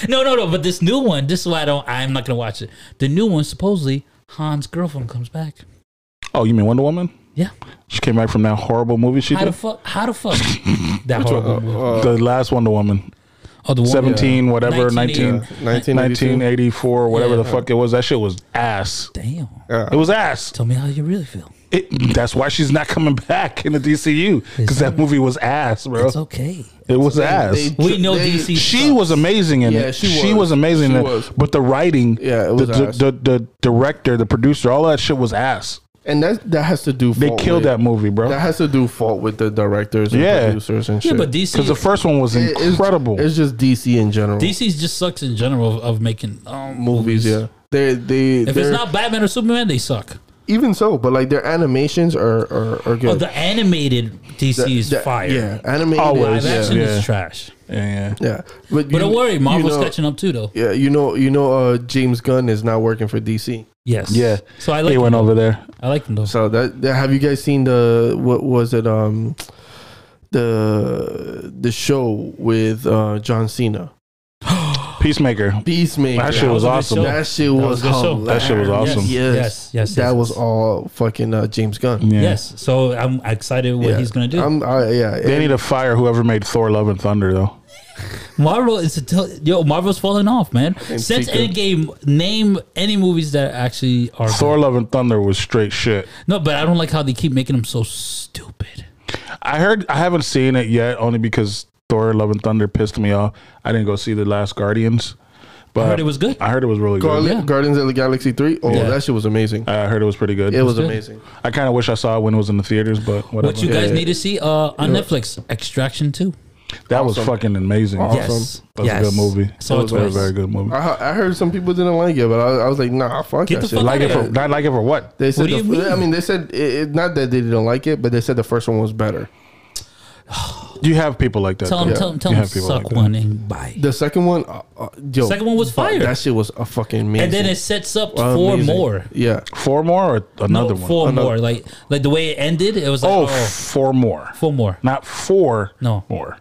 B: No, no, no. But this new one, this is why I don't. I'm not gonna watch it. The new one, supposedly Han's girlfriend comes back.
C: Oh, you mean Wonder Woman?
B: Yeah.
C: She came back from that horrible movie she
B: How the
C: did.
B: fuck? How the fuck? that
A: Uh,
B: horrible movie.
C: the last Wonder Woman,
B: Oh, the one.
C: seventeen, whatever, 19,
A: 1982.
B: 1980.
C: 1984, whatever
B: Yeah.
C: the fuck it was. That shit was ass.
B: Damn.
A: Yeah.
C: It was ass.
B: Tell me how you really feel.
C: It, that's why she's not coming back in the DCU because that movie was ass, bro.
B: It's okay.
C: It was ass.
A: They-
B: We know
A: they-
B: DC.
C: She
B: sucks.
C: was amazing in
A: Yeah,
C: it.
A: she
C: She,
A: was.
C: was. amazing
A: She
C: in it.
A: was.
C: But the writing,
A: Yeah, it was
C: the, the,
A: ass.
C: the the director, the producer, all that shit was ass.
A: and that that has to do.
C: They
A: fault
C: killed
A: with-
C: that movie, bro.
A: That has to do fault with the directors and
C: Yeah.
A: producers and
B: Yeah,
A: shit.
B: but DC.
C: Because the first one was
A: It- it's-
C: incredible.
A: It's, just DC in general.
B: DC's just sucks in general of, of making um,
A: movies, yeah. They they
B: If
A: they're-
B: it's not Batman or Superman, they suck.
A: even so, but like their animations are are, are good.
B: Oh, the animated DC
A: The-
B: is
A: the-
B: fire.
A: Yeah, animated.
C: Always,
B: Live
A: yeah.
B: action
C: yeah.
B: is trash.
C: yeah, yeah.
A: Yeah, but,
B: But don't worry, Marvel's
A: you know,
B: catching up too, though.
A: Yeah, you know, you know, uh, James Gunn is not working for DC.
B: Yes.
C: Yeah.
B: So I like
C: they
B: them.
C: went over there.
B: I like them though.
A: So that, that have you guys seen the what was it um the the show with uh John Cena
C: Peacemaker.
A: Peacemaker?
C: That shit
B: that
C: was
B: was a good show.
C: awesome.
A: That shit
B: was
A: was,
B: a good show.
C: That shit was
A: hilarious.
C: awesome.
A: Yes,
B: Yes, yes,
A: that
B: yes,
A: was
B: yes.
A: all fucking uh, James Gunn.
C: Yeah.
B: Yes. So I'm excited what
A: Yeah. Um,
B: he's gonna do.
A: I'm, I, yeah,
C: They
A: and-
C: need to fire whoever made Thor: Love and Thunder, though.
B: Marvel is a tell yo. Marvel's falling off, man. Since
A: Pika.
B: Endgame, name any movies that actually are good.
C: Thor: Love and Thunder was straight shit.
B: No, but I don't like how they keep making them so stupid.
C: I heard. I haven't seen it yet, only because Thor: Love and Thunder pissed me off. I didn't go see the last Guardians, but
B: I heard it was good.
C: I heard it was really
A: Garli-
C: good.
B: Yeah.
A: Guardians of the Galaxy Three. Oh,
B: Yeah.
A: that shit was amazing.
C: I heard it was pretty good.
A: It was
B: good.
A: amazing.
C: I kind of wish I saw it when it was in the theaters, but whatever.
B: What you guys
A: Yeah.
B: need to see uh, on Netflix, Extraction Two.
C: that was
A: Awesome.
C: fucking amazing.
B: Yes,
C: That's
B: yes.
C: a good movie.
B: So
C: That's
B: it's
C: a very, very good movie.
A: I, I heard some people didn't like it, but I, I was like, nah, fuck that
B: Get the
A: shit.
B: fuck
C: Like it
B: Yeah.
C: for not like it for what?
A: They said,
B: do
A: the,
B: you mean?
A: I mean, they said it, it, not that they didn't like it, but they said the first one was better.
C: You have people like that.
B: Tell them,
C: though.
B: tell them, tell
C: You
B: them,
C: have people
B: suck
C: like that.
B: one and bye.
A: The second one, uh, uh, yo,
B: Second one was
A: fuck,
B: fire.
A: That shit was a fucking amazing.
B: And then it sets up
A: Amazing.
B: four more.
A: Yeah,
C: Four more or another
B: no,
C: one?
B: four more. Like like the way it ended, it was like
C: Oh,
B: oh,
C: four more.
B: four more.
C: Not four
B: No.
C: more.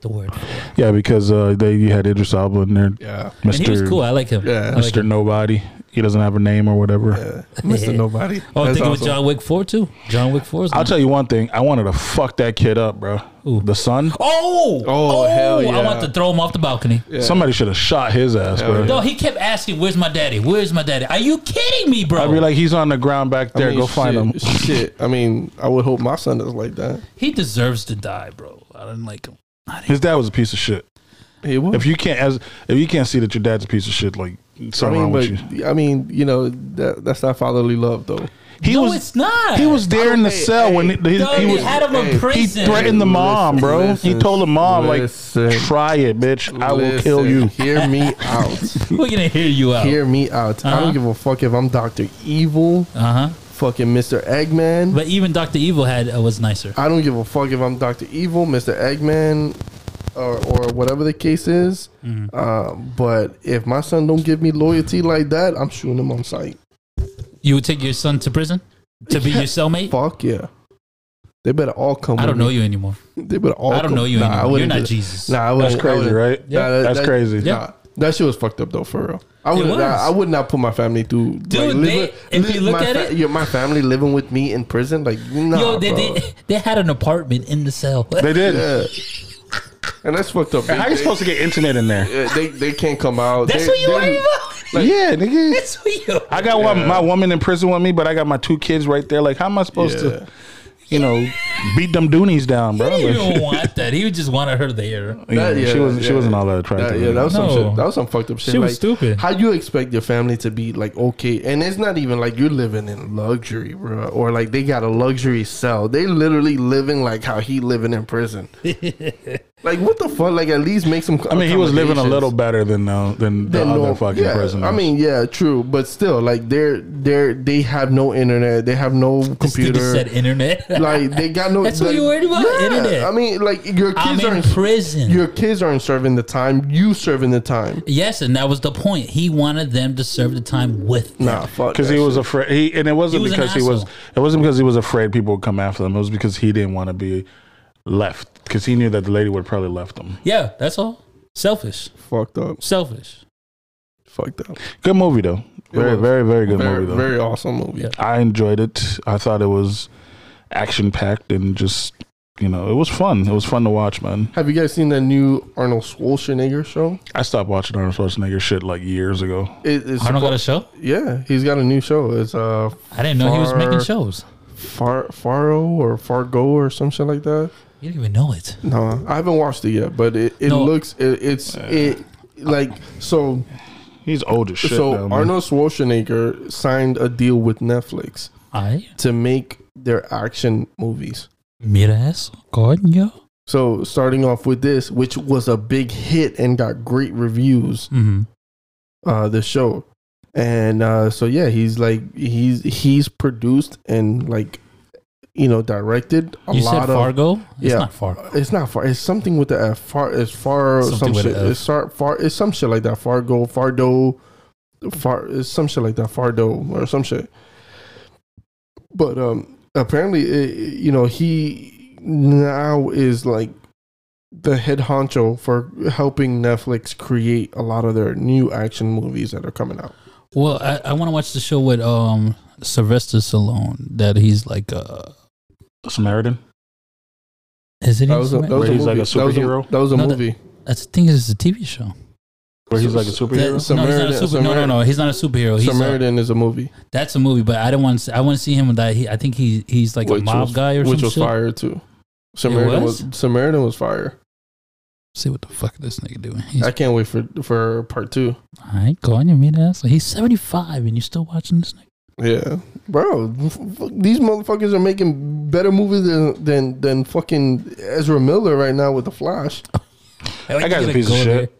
B: The word.
C: Yeah, because uh, they you had Idris Elba in there.
A: yeah,
B: And he was
C: Mr.
B: cool. I like him.
A: Yeah.
B: I like
C: Mr.
B: him.
C: Nobody. He doesn't have a name or whatever.
A: yeah. Mr. Nobody.
B: Oh, I
A: That's
B: think it was
A: awesome.
B: John Wick four too. John Wick four. Is
C: I'll tell you one thing. I wanted to fuck that kid up, bro.
B: Who?
C: The son.
B: Oh,
A: Oh, hell yeah.
B: I want to throw him off the balcony.
C: Somebody should have shot his ass, bro.
B: No, he kept asking, "Where's my daddy? Where's my daddy? Are you kidding me, bro?"
C: I'd be like, he's on the ground back
A: I
C: there.
A: mean,
C: Go find him.
A: shit, Shit, I mean, I would hope my son is like that.
B: he deserves to die, bro. I didn't like him. I didn't-
C: His dad was a piece of shit.
A: He would.
C: If you can't, as if you can't see that your dad's a piece of shit, like something
A: I mean,
C: wrong
A: but
C: with you.
A: I mean, you know, that, that's not fatherly love, though.
C: He
B: no,
C: was.
B: it's not.
C: He was there in the
A: Hey,
C: cell
A: hey.
C: when he, he,
B: No,
C: he
B: they
C: was.
B: had him in
A: Hey, he
B: prison.
C: threatened the mom,
A: Listen,
C: bro.
A: listen,
C: he told the mom,
A: listen.
C: like, try it, bitch. I will
A: Listen,
C: kill you.
A: Hear me out.
B: We're gonna hear you out.
A: Hear me out. I
B: Uh-huh.
A: don't give a fuck if I'm Doctor Evil,
B: Uh huh.
A: fucking Mr. Eggman.
B: But even Doctor Evil had uh, was nicer.
A: I don't give a fuck if I'm Doctor Evil, Mr. Eggman, or, or whatever the case is.
B: Mm-hmm.
A: Uh, but if my son don't give me loyalty like that, I'm shooting him on sight.
B: You would take your son to prison to be your cellmate.
A: Fuck yeah. They better all come.
B: I don't know you anymore.
A: you. They better all.
B: I don't
A: come-
B: know you
A: Nah, I
B: anymore. You're
A: wouldn't
B: not
A: do that.
B: Jesus.
A: Nah, I
C: That's
A: wouldn't- I
C: crazy,
A: wouldn't-
C: right?
A: Nah, that-
C: That's
A: that-
C: crazy.
B: Yeah.
A: Nah, that shit was fucked up though, for real. I would,
B: was.
A: I, I would not put my family through.
B: Dude, they- if you look
A: my
B: at it-
A: yeah, my family living with me in prison, like nah,
B: Yo, they,
A: bro.
B: they they had an apartment in the cell.
C: They did.
A: Yeah. And that's fucked up. They,
C: How you supposed to get intimate in there?
A: they, they, they can't come out.
B: That's
A: they,
B: what you
A: they-
B: are, Evo.
C: yeah, nigga.
B: That's what you.
C: I got one, my woman in prison with me, but I got my two kids right there. Like, how am I supposed
A: Yeah.
C: to, you know, beat them Doonies down,
B: He
C: bro.
B: didn't even
C: Like,
B: want that. He just wanted her there.
C: yeah,
A: That- yeah,
C: she was she
A: yeah.
C: wasn't all that
A: That,
C: attractive.
A: yeah, that was some
B: No.
A: shit. That was some fucked up shit.
B: She was
A: like,
B: stupid.
A: How you expect your family to be like okay? And it's not even like you're living in luxury, bro, or like they got a luxury cell. They literally living like how he living in prison. like what the fuck? Like at least make some.
C: I mean, he was living a
A: accommodations.
C: little better than uh, than the
A: Than
C: other
A: norm-
C: fucking
A: yeah,
C: prisoners.
A: I mean, yeah, true, but still, like they're they're they have no internet. They have no
B: This nigga
A: computer.
B: said internet.
A: like they got no.
B: That's what
A: like-
B: you worried about?
A: Yeah,
B: Internet.
A: I mean, like your
B: I'm
A: kids
B: in
A: aren't
B: prison.
A: your kids aren't serving the time. You serving the time.
B: yes, and that was the point. He wanted them to serve the time with them.
A: Nah, fuck.
C: because
A: that
C: he was afraid. He and it wasn't
B: He was an
C: because he was.
B: asshole.
C: It wasn't because he was afraid people would come after him. It was because he didn't want to be left because he knew that the lady would probably left him.
B: Yeah, that's all. Selfish.
A: shit. fucked up.
B: Selfish.
A: Fucked up.
C: Good movie though. Very
A: was.
C: very very good
A: Very,
C: movie though.
A: very awesome movie.
B: Yeah.
C: I enjoyed it. I thought it was action packed and just you know it was fun. It was fun to watch, man.
A: Have you guys seen that new Arnold Schwarzenegger show?
C: I stopped watching Arnold Schwarzenegger shit like years ago.
A: It, it's
B: Arnold got a show?
A: yeah, he's got a new show. It's uh
B: I didn't know he was making
A: Far-
B: shows.
A: Far Faro or Fargo or some shit like that.
B: You didn't even know it.
A: No, I haven't watched it yet, but it, it
B: No.
A: looks it, it's it like so
C: He's old as shit.
A: so
C: now, man.
A: Arnold Schwarzenegger signed a deal with Netflix
B: I
A: to make their action movies.
B: miras coño.
A: So starting off with this, which was a big hit and got great reviews.
B: Mm-hmm.
A: uh, the show, and uh, so yeah, he's like he's he's produced and like you know directed a
B: You
A: lot
B: said
A: of.
B: Fargo? It's
A: yeah.
B: not Fargo.
A: It's not far. It's something with the F. Far. It's far.
B: Something
A: some
B: with
A: shit.
B: a F.
A: It's far, far. It's some shit like that. Fargo. Fardo. Far. It's some shit like that. Fardo or some shit. But um, apparently, it, you know, he now is like the head honcho for helping Netflix create a lot of their new action movies that are coming out.
B: Well, I, I want to watch the show with um Sylvester Stallone that he's like uh
C: Samaritan.
B: is it
A: That was a, that was
C: Where
A: a
C: he's like
A: movie. That
C: a
A: was a-
C: superhero?
A: That was a
B: No, that-
A: movie.
B: That's the thing is it's a TV show.
C: Where he's like a
A: So-
B: That- no,
C: superhero.
B: he's not a
A: Samaritan-
B: super, no, no, no, he's not a superhero. Oh, He's a,
A: Samaritan is a movie,
B: that's a movie, but I don't want to. I want to see him with that. He, I think he he's like a
A: Which
B: mob
A: was-
B: guy or
A: which
B: something.
A: was fire too. Samaritan
B: was?
A: was? Samaritan was fire.
B: See what the fuck this nigga doing? He's,
A: I can't wait for for part two.
B: I coño, mira, so he's seventy five and you still watching this nigga.
A: Yeah, bro, f- f- these motherfuckers are making better movies than than than fucking Ezra Miller right now with the Flash.
B: I
C: guy's a piece of shit.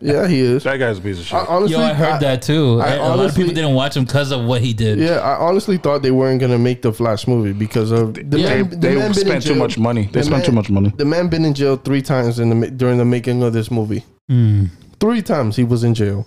A: Yeah, he is.
C: That guy's a piece of shit.
A: I, honestly,
B: Yo, I heard that too.
A: I
B: A lot of
A: honestly-
B: people didn't watch him because of what he did.
A: Yeah, I honestly thought they weren't gonna make the Flash movie because of the
C: they
A: man, the
C: they
A: man been in
C: spent too
A: jail-
C: much money. They
A: the
C: spent
A: man-
C: too much money.
A: The man been in jail three times in the ma- during the making of this movie.
B: Mm.
A: Three times he was in jail.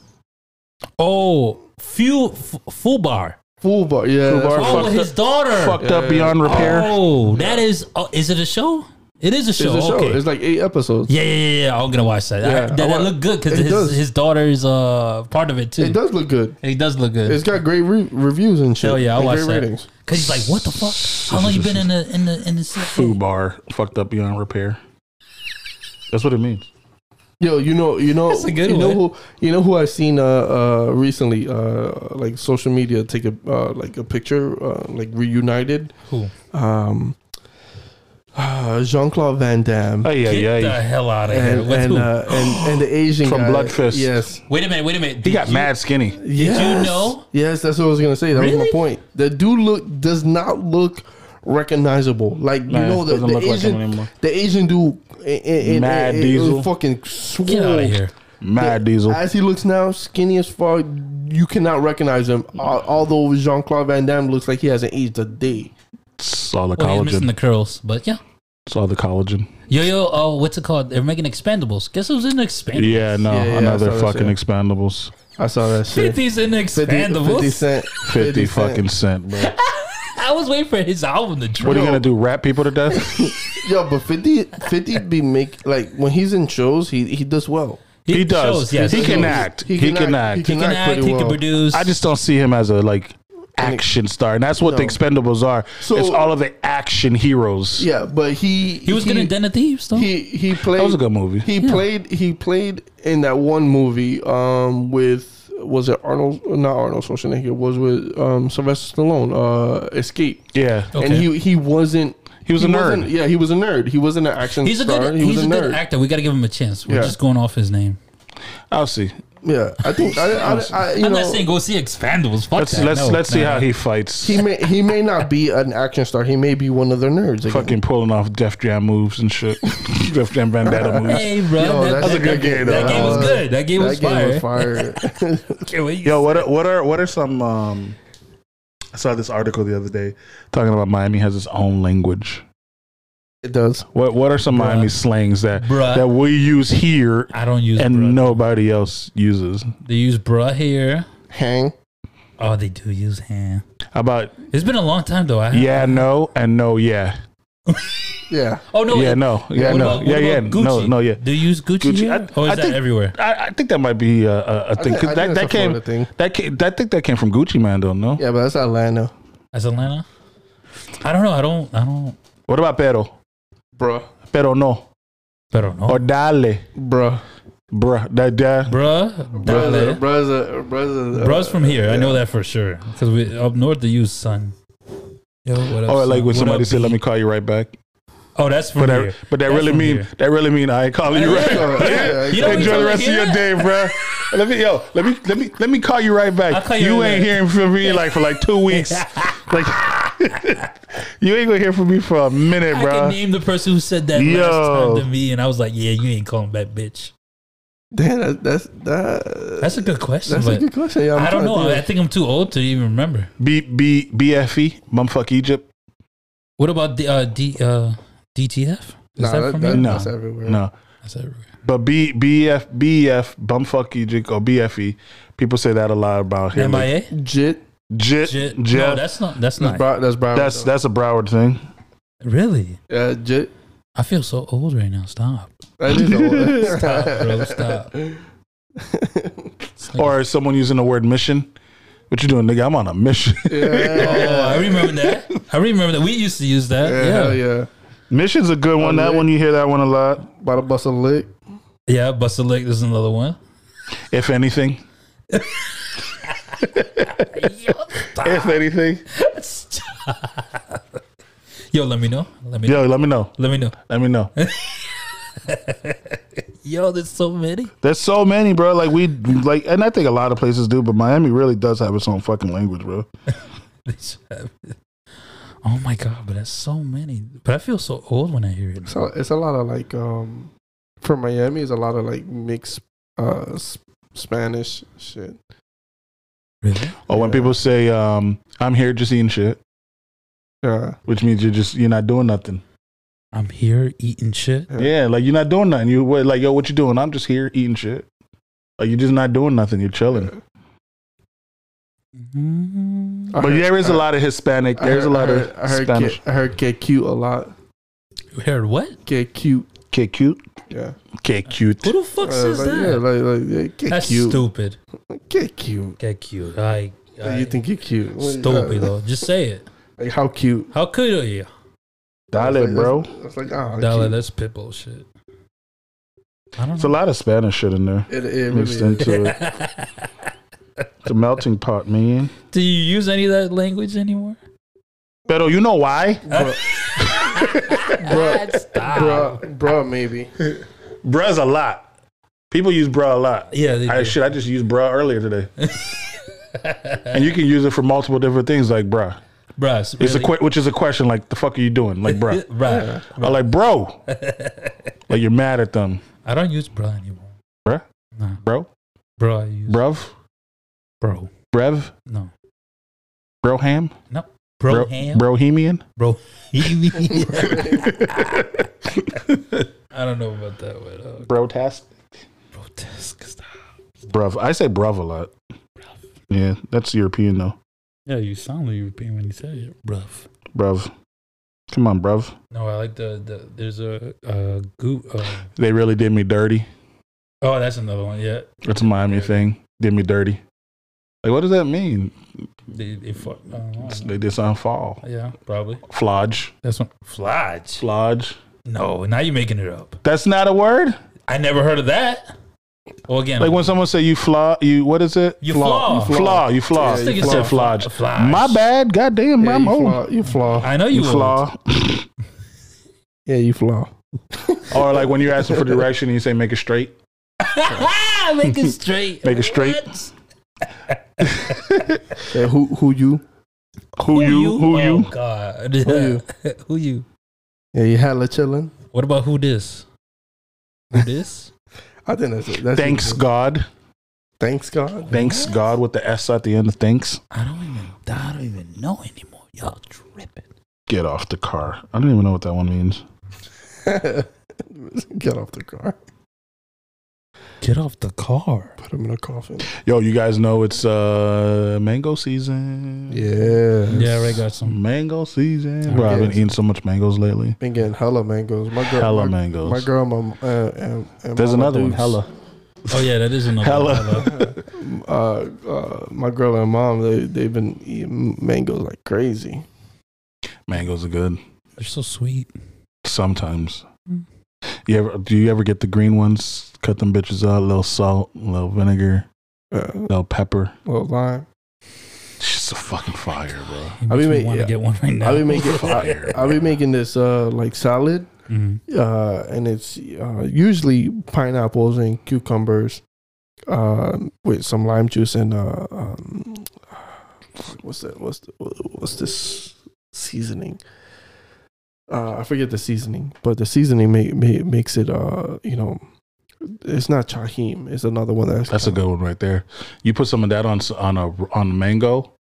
B: Oh, few f- full bar.
A: Full bar, yeah.
C: Full
A: that's
C: bar,
A: what-
B: Oh,
C: fucked
B: his
C: up-
B: daughter.
C: Fucked up
A: Yeah.
C: beyond repair.
B: Oh, that is. Oh, is it a show? It is a
A: It's
B: show.
A: a show.
B: Okay.
A: It's like eight episodes.
B: yeah, yeah, yeah, yeah. I'm gonna watch that. I-
A: Yeah,
B: that
A: I
B: that
A: wa-
B: looked good because
A: it
B: his,
A: does.
B: his daughter is uh part of it too.
A: It does look good.
B: It does look good.
A: It's got great re- reviews and shit.
B: Hell yeah, I
A: and
B: watched
A: great
B: that.
A: ratings.
B: Because he's like, what the fuck? How long you been in the in the in the
C: Food bar fucked up beyond repair. That's what it means.
A: Yo, you know, you know,
B: That's a good
A: you know
B: one.
A: who, you know who I seen uh, uh recently, uh, like social media take a uh, like a picture, uh, like reunited,
B: Who?
A: um, uh, Jean Claude Van Damme
C: Oh yeah,
B: Get
C: yeah.
B: the hell out of here.
A: and
B: What's
A: and,
B: who?
A: uh, and and the Asian
C: From
A: guy.
C: Blood Fist.
A: Yes,
B: wait a minute. Wait a minute.
C: he got mad skinny.
A: yes.
B: know?
A: Yes, that's what I was gonna say. That was
B: Really?
A: my point. The dude look does not look recognizable. Like you
C: Nah,
A: know the,
C: doesn't
A: the
C: look like him
A: Asian,
C: anymore.
A: the Asian dude, eh, it, it,
C: Mad
A: Mad it,
C: Diesel.
A: Diesel, fucking
B: Get out
A: swole.
B: of here.
C: Mad Diesel.
A: As he looks now, skinny as fuck, you cannot recognize him. Al- Although Jean Claude Van Damme looks like he hasn't aged a day.
C: It's all the
B: Well, he's missing
C: collagen.
B: the curls, but yeah.
C: It's all the collagen.
B: Yo, yo, oh, what's it called? They're making expendables. Guess who's in expendables?
C: Yeah, no,
A: Yeah, yeah, I saw
C: another
A: that
C: fucking
A: shit.
C: expendables.
A: I saw that shit.
B: 50's in
A: 50,
B: expendables.
A: 50 cent,
C: 50,
A: 50 cent.
C: fucking cent, bro.
B: I was waiting for his album to drop.
C: What are you gonna do? Rap people to death?
A: Yo, but 50, 50 be make like when he's in shows, he he does well.
C: He does.
B: shows, yes.
C: He can
A: shows.
C: act. He can act.
B: He can act. He can produce.
C: I just don't see him as a like action star, and that's what the
A: No.
C: Expendables are.
A: So-
C: it's all of the action heroes.
A: Yeah, but he
B: He was good in Den of Thieves, though.
A: He he played.
C: That was a good movie.
A: He played. He played in that one movie. Um, with was it Arnold? Not Arnold Schwarzenegger. Was with um Sylvester Stallone. Uh, Escape.
C: Yeah,
B: Okay.
A: And he he wasn't.
C: He was
A: He
C: a nerd.
A: wasn't- Yeah, he was a nerd. He wasn't an action
B: He's a
A: star.
B: good.
A: he
B: He's
A: was
B: a
A: a,
B: good
A: nerd.
B: actor. We got to give him a chance. We're
A: Yeah.
B: just going off his name.
C: I'll see.
A: yeah, I think I, I, I you
B: I'm
A: know
B: not saying go see Expendables. Fuck
C: Let's
B: that.
C: let's
B: No,
C: let's see
B: nah.
C: how he fights.
A: he may he may not be an action star. He may be one of the nerds. again.
C: Fucking pulling off Def Jam moves and shit. Def Jam Vendetta moves.
B: Hey, bro,
A: Yo,
B: that,
A: that's
B: that
A: a good game,
B: That
A: though.
B: game
C: Uh,
B: was good. That game was
A: uh, that game was
B: fire.
A: fire.
B: Can't wait.
C: Yo, what are, what are what are some? Um, I saw this article the other day talking about Miami has its own language.
A: it does.
C: What what are some
B: Bruh.
C: Miami slangs that
B: Bruh.
C: that we use here
B: I don't use
C: and
B: bruh.
C: nobody else uses?
B: They use bruh here.
A: Hang.
B: Oh, they do use hand.
C: How about
B: It's been a long time though. I
C: yeah, no, and no, yeah,
A: Yeah.
B: Oh no.
C: yeah,
B: wait.
C: no, yeah,
B: What
C: no,
B: about-
C: yeah,
B: what
C: yeah,
B: about Gucci?
C: no, no, yeah.
B: Do you use Gucci?
C: Gucci,
B: here?
C: I-
B: or is
C: I
B: that
C: think-
B: everywhere?
C: I, I think that might be a, a, a
A: I
C: thing. 'cause
A: think
C: that,
A: that's
C: that
A: a
C: came
A: Florida thing.
C: that came that think that came from Gucci Man though. No,
A: Yeah, but that's Atlanta,
B: As Atlanta? I don't know. I don't. I don't.
C: what about pero?
A: bruh,
C: Pero no
B: I don't know.
C: or dale,
A: bruh,
C: bruh. That that
B: bruh,
A: brother,
B: brother.
A: brother, brother.
B: Bruh's from here. I know that for sure. Because we up north they use son. Yo, what up,
C: or Oh, like
B: son?
C: when
B: What
C: somebody
B: up,
C: said,
B: B?
C: "Let me call you right back,"
B: Oh, that's from
C: but
B: here.
C: that but that
B: That's
C: really
B: from
C: mean
B: here.
C: that really mean I ain't calling you right.
A: Yeah, yeah,
B: You
A: exactly.
B: know what
C: Enjoy
B: we
C: the rest of
B: tell
C: your
B: you
C: day, bruh. Let me yo, let me let me let me call you right
B: I'll
C: back.
B: call you
C: You
B: right
C: ain't
B: back.
C: hearing from me like for like two weeks. like you ain't gonna hear from me for a minute,
B: I can
C: bruh.
B: name the person who said that
C: Yo.
B: last time to me, and I was like, "Yeah, you ain't calling back, bitch."
A: Damn, that, that's that.
B: That's a good question,
A: That's
B: but
A: a good question. Yeah, I'm
B: I don't
A: trying to
B: know. I
A: think.
B: think I'm too old to even remember.
C: B B BFE, bumfuck Egypt.
B: What about the uh, D, uh, DTF? Is
A: Nah,
B: that from
A: that-
B: here?
C: No.
A: that's everywhere.
C: No.
B: That's everywhere.
C: But B BF BF bumfuck Egypt or BFE. People say that a lot about him.
B: MIA?
A: Jit.
C: Jit,
B: J-
C: Jit,
B: no, that's not. That's
A: That's
B: not
A: Broward. That's Broward.
C: that's that's a Broward thing.
B: really.
A: yeah, Jit.
B: I feel so old right now. Stop,
A: That is old.
B: stop, bro, stop.
C: Or someone using the word mission. What you doing, nigga? I'm on a mission.
A: yeah.
B: Oh, I remember that. I remember that. We used to use that.
A: Yeah,
B: Yeah,
A: hell
B: yeah.
A: yeah.
C: Mission's a good one. That one you hear that one a lot.
A: About to bust a lick.
B: Buster Lick. There's another one.
C: If anything. If anything.
B: Yo, let me know. Let me. know.
C: Yo, let me know.
B: Let me know.
C: Let me know.
B: Yo, there's so many.
C: There's so many, bro. Like we like, and I think a lot of places do, but Miami really does have its own fucking language, bro.
B: They should have it. Oh my god, but that's so many. But I feel so old when I hear it.
A: So it's a lot of like um, from Miami. It's a lot of like mixed uh s- Spanish shit.
B: Really?
C: Or when
A: Yeah.
C: people say, um, "I'm here just eating shit,"
A: Yeah.
C: which means you're just you're not doing nothing.
B: I'm here eating shit.
A: Yeah.
C: Yeah, like you're not doing nothing. You what, like, yo, what you doing? I'm just here eating shit. Like you're just not doing nothing. You're chilling.
B: Mm.
A: I
C: But
A: heard-
C: there is a
A: I-
C: lot of Hispanic.
A: I
C: There's a
A: heard-
C: lot
A: I
C: of
A: heard, I heard
C: Spanish.
A: Get, I heard get cute a lot.
B: You heard what?
A: Get cute.
C: Get cute.
A: Yeah.
C: Get cute.
B: Who the fuck
A: Uh,
B: says
A: like,
B: that?
A: Yeah, like, like, yeah, get
B: that's
A: cute.
B: stupid.
A: Get cute.
B: Get cute. I,
A: Like,
B: I
A: you think you're cute? What-
B: stupid
A: uh,
B: though. Just say it.
A: Like how cute?
B: How could you?
A: I
C: Dale,
A: was like, I
C: bro.
A: was like, oh,
B: Dollar,
A: cute.
B: that's pitbull shit. I don't
C: It's a
B: know.
C: lot of Spanish shit in there.
A: It, it really
C: Mixed
A: is.
C: into it. It's a melting pot, man.
B: Do you use any of that language anymore?
C: Pero you know why?
A: Bruh, bruh, bruh, maybe.
C: Bruh's a lot. People use bruh a lot.
B: Yeah, they
C: I
B: do.
C: should I just used bruh earlier today. and you can use it for multiple different things like bruh.
B: Bruh,
C: It's
B: really-
C: a que- which is a question like the fuck are you doing? Like bruh.
B: Bruh.
C: or like bro. like you're mad at them.
B: I don't use bra anymore.
C: Bruh?
B: Nah,
C: Bro?
B: bro, I use
C: Bruv?
B: bro.
C: Brev?
B: No,
C: Broham?
B: no, bro, ham,
C: Brohemian?
B: bro. I don't know about that word. Oh,
C: Brotast?
B: grotesque stuff.
C: Bruv. I say bruv a lot. Yeah, that's European though.
B: Yeah, you sound European when you say it, bruv.
C: Bruv. Come on, bruv.
B: No, I like the, the there's a uh goo. Uh,
C: They really did me dirty.
B: oh, that's another one. Yeah,
C: It's a Miami thing. Did me dirty. Like, what does that mean?
B: they they fuck. I don't know.
C: It's- They did something fall.
B: Yeah, probably.
C: Flodge.
B: That's one. Flodge.
C: Flodge.
B: No, now you're making it up.
C: That's not a word.
B: I never heard of that. Well, again,
C: Like when someone say you flaw, you what is it?
B: You flaw.
C: You flaw. You flaw.
A: Yeah, you
C: I said
B: flaw.
C: flodge.
B: Flodge.
C: My bad. Goddamn,
A: Yeah,
C: I'm
A: you
C: old.
A: flaw. You flaw.
B: I know you,
C: You
B: old.
C: flaw.
A: Yeah, you flaw.
C: or like when you're asking for direction and you say make it straight.
B: Make it straight.
C: Make it straight.
B: What?
A: Yeah, who who you?
C: Who, you? Who
B: oh,
C: you?
B: God.
A: Who
B: who you?
A: Yeah, you hella chilling.
B: What about who this? Who this?
A: I think that's it. That's
C: Thanks
A: it.
C: God.
A: Thanks God.
C: Thanks
B: What?
C: God with the S at the end of thanks.
B: I don't even. I don't even know anymore. Y'all tripping.
C: Get off the car. I don't even know what that one means.
A: Get off the car.
B: Get off the car.
A: Put him in a coffin.
C: Yo, you guys know it's uh mango season.
A: Yeah.
B: Yeah, I already got some.
C: Mango season.
A: I
C: Bro, I've been
A: guess.
C: eating so much mangoes lately.
A: Been getting hella mangoes. My girl,
C: Hella
A: my,
C: mangoes.
A: my girl, my uh, and, and
C: There's
A: Mama
C: another one.
A: Dukes,
C: Hella.
B: Oh yeah, that is another.
C: Hella.
A: Uh, uh, my girl and mom, they they've been eating mangoes like crazy.
C: Mangoes are good
B: They're so sweet.
C: sometimes.
B: Mm.
C: You ever do you ever get the green ones? Cut them bitches out. A little salt, a little vinegar,
A: Uh,
C: a little pepper.
A: little lime.
C: It's just a fucking fire, bro.
B: I
A: I'll be
B: really
A: ma-
B: want to
A: yeah.
B: get one right now.
A: I'll be making.
C: Fire.
A: I'll be making this uh like salad,
B: Mhm.
A: uh, and it's uh, usually pineapples and cucumbers, uh, with some lime juice and uh, um, what's that? What's the, what's this seasoning? Uh, I forget the seasoning, but the seasoning make, ma makes it uh you know, it's not chahim. It's another one that's
C: That's a good one right there. You put some of that on s- on a on a mango.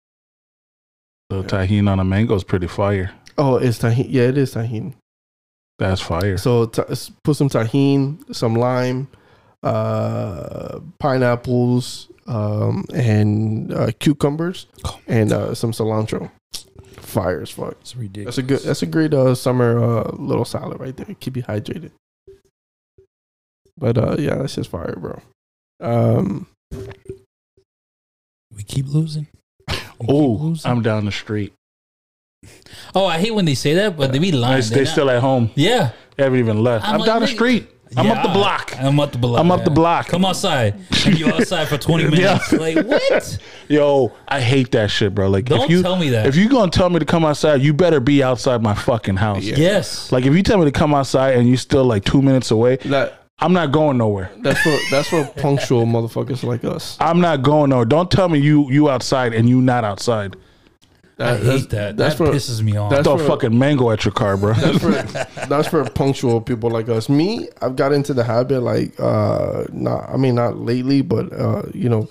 C: The tahini on a mango is pretty fire.
A: oh it's tahini. Yeah, it is tahini.
C: That's fire.
A: So ta- s- put some tahine, some lime, uh, pineapples, um, and uh, cucumbers, and uh, some cilantro. Fire as fuck.
B: It's ridiculous.
A: That's a good. That's a great uh, summer uh, little salad right there. Keep you hydrated. But uh, yeah, that's just fire, bro. Um,
B: we keep losing. We keep
C: Oh,
B: losing.
C: I'm down the street.
B: oh, I hate when they say that, but they be lying.
C: They,
B: They're
C: they
B: not-
C: still at home.
B: Yeah,
C: They haven't even left.
B: I'm
C: I'm,
B: like,
C: down the
B: nigga.
C: street. I'm up the
B: Yeah.
C: block.
B: I'm up the block.
C: I'm up the
B: Yeah.
C: block.
B: Come outside. And you outside for 20 minutes.
C: Yeah.
B: Like what?
C: Yo, I hate that shit, bro. Like,
B: Don't
C: if you
B: tell me that.
C: if you gonna tell me to come outside, you better be outside my fucking house.
B: Yes.
C: Like, if you tell me to come outside and you still like two minutes away,
A: that
C: I'm not going nowhere.
A: that's for that's for punctual motherfuckers like us.
C: I'm not going nowhere. Don't tell me you you outside and you not outside.
A: That,
C: uh,
B: I hate that.
A: That's
B: that
A: for
B: pisses me off.
A: that's-
C: Throw a
A: for-
C: fucking mango at your car, bro.
A: that's for that's for punctual people like us. Me, I've got into the habit like uh not I mean not lately, but uh you know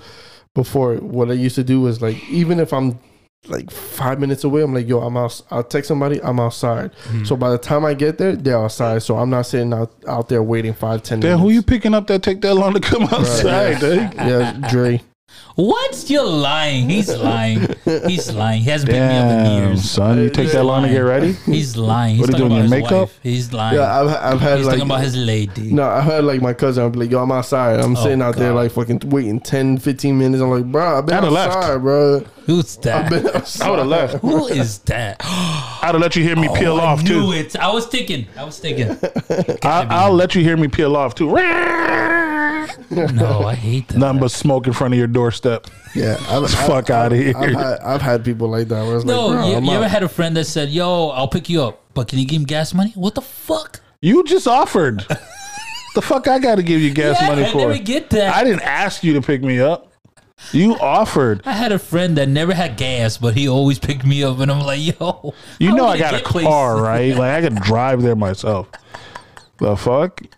A: before what I used to do was like even if I'm like five minutes away, I'm like, yo, I'm out. I'll text somebody. I'm outside.
B: Hmm.
A: So by the time I get there, they're outside. So I'm not sitting out, out there waiting five, ten
C: Damn,
A: minutes.
C: who you picking up that take that long to come outside? dude?
A: Yeah, Dre.
B: What's You're lying. He's lying. He's lying. He hasn't been me up in
C: Damn,
B: years.
C: son, you take that long to get ready.
B: He's lying. He's
C: What are you
B: talking
C: doing,
B: about
C: your
B: his
C: makeup?
B: wife. He's lying.
A: Yeah, I've, I've had
B: He's
A: like
B: talking about his lady.
A: No, I heard like my cousin. I'm like, yo, I'm outside. I'm
B: Oh,
A: sitting out there
B: God.
A: like fucking waiting 10, 15 minutes. I'm like, bro, I've been
C: I'da left.
A: outside, bro.
B: Who's
A: I've
B: that?
A: been outside.
C: I would have left.
B: Who is that?
C: I'd have let you hear me peel
B: Oh, I
C: off
B: knew
C: too.
B: it. I was thinking. I was thinking.
C: I, I'll let you hear me peel off too.
B: No, I hate that.
C: Nothing but smoke in front of your doorstep.
A: Yeah, I've, I've-
C: Fuck out of here.
A: I've had, I've had people like that. Where it's
B: No,
A: like, bro,
B: you,
A: I'm
B: you
A: out.
B: ever had a friend that said, "Yo, I'll pick you up, but can you give him gas money?" What the fuck?
C: You just offered. the fuck I got to give you gas
B: yeah,
C: money
B: I
C: for?
B: never get that.
C: I didn't ask you to pick me up. You offered.
B: I had a friend that never had gas, but he always picked me up, and I'm like, "Yo,
C: You
B: how
C: know
B: we
C: I
B: gonna
C: got a
B: get places?
C: car, right? Like I could drive there myself. The fuck?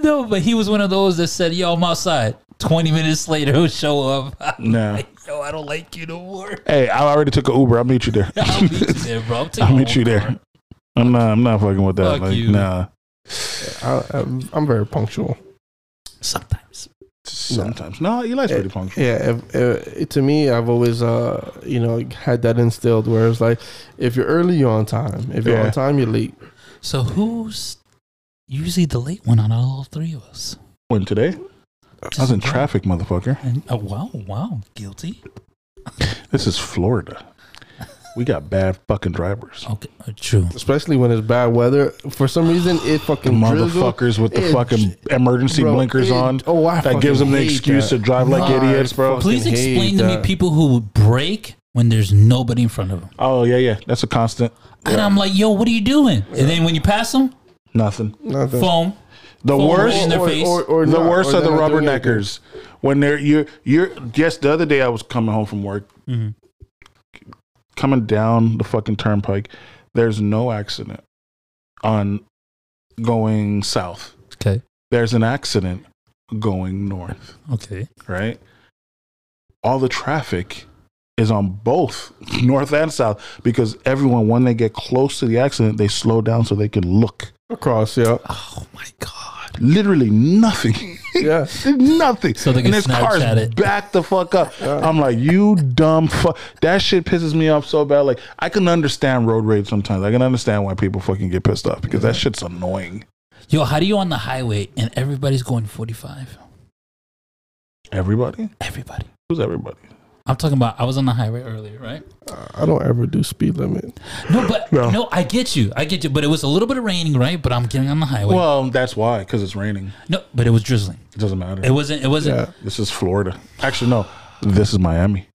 B: No, but he was one of those that said, "Yo, I'm outside." Twenty minutes later, he'll show up.
C: Nah.
B: Yo, I don't like you no more.
C: Hey, I already took an Uber. I'll meet you there.
B: I'll meet you there, bro. I'll, take
C: I'll
B: my
C: meet
B: own
C: you
B: car.
C: there. I'm not. I'm not fucking with that.
B: Fuck
C: like,
B: you.
C: nah.
A: I, I'm, I'm very punctual.
B: Sometimes
C: Sometimes. No, Eli's pretty punctual.
A: Yeah, if, if, to me, I've always, uh, you know, had that instilled where it's like, if you're early, you're on time. If you're
C: Yeah.
A: on time, you're late.
B: So who's usually the late one out of all three of us?
C: When today? I
B: eh.
C: was in traffic, motherfucker.
B: And, oh wow, wow, guilty.
C: This is Florida. We got bad fucking drivers.
B: Okay, uh, true.
A: Especially when it's bad weather. For some reason, it
C: The
A: fucking drizzles.
C: motherfuckers with the
A: It-
C: fucking emergency
A: Bro,
C: blinkers
A: it-
C: on.
A: Oh, I
C: That gives them the excuse to drive like idiots, bro.
B: Please explain to me people who break when there's nobody in front of them.
C: Oh yeah, yeah. That's a constant.
B: And I'm like, yo, what are you doing? And then when you pass them,
C: Nothing.
A: Nothing.
B: foam.
C: The
B: Foam
C: worst.
B: in their face.
C: the
A: not,
C: worst
A: or
C: are the
A: they're not doing anything.
C: rubberneckers. When they're you're you're just the other day I was coming home from work,
A: Mm-hmm.
B: Mhm.
C: coming down the fucking turnpike. There's no accident on going south.
B: Okay.
C: There's an accident going north.
B: Okay.
C: Right. All the traffic is on both north and south because everyone when they get close to the accident they slow down so they can look.
A: Across, yeah.
B: Oh my god.
C: Literally nothing.
A: Yeah.
C: did nothing.
B: So they can
C: and his
B: Snapchat
C: car's
B: it.
C: back the fuck up.
A: Yeah.
C: I'm like, you dumb fuck. That shit pisses me off so bad. Like, I can understand road rage sometimes. I can understand why people fucking get pissed off because that shit's annoying.
B: Yo, how do you on the highway and everybody's going 45?
C: Everybody?
B: Everybody.
C: Who's everybody?
B: I'm talking about I was on the highway earlier, right?
A: I don't ever do speed limit.
B: No, but
C: No.
B: no, I get you. I get you. But it was a little bit of raining, right? But I'm getting on the highway.
C: Well, that's why because it's raining.
B: no, but it was drizzling.
C: It doesn't matter.
B: It wasn't it wasn't
A: Yeah.
C: this is Florida. Actually, no. This is Miami.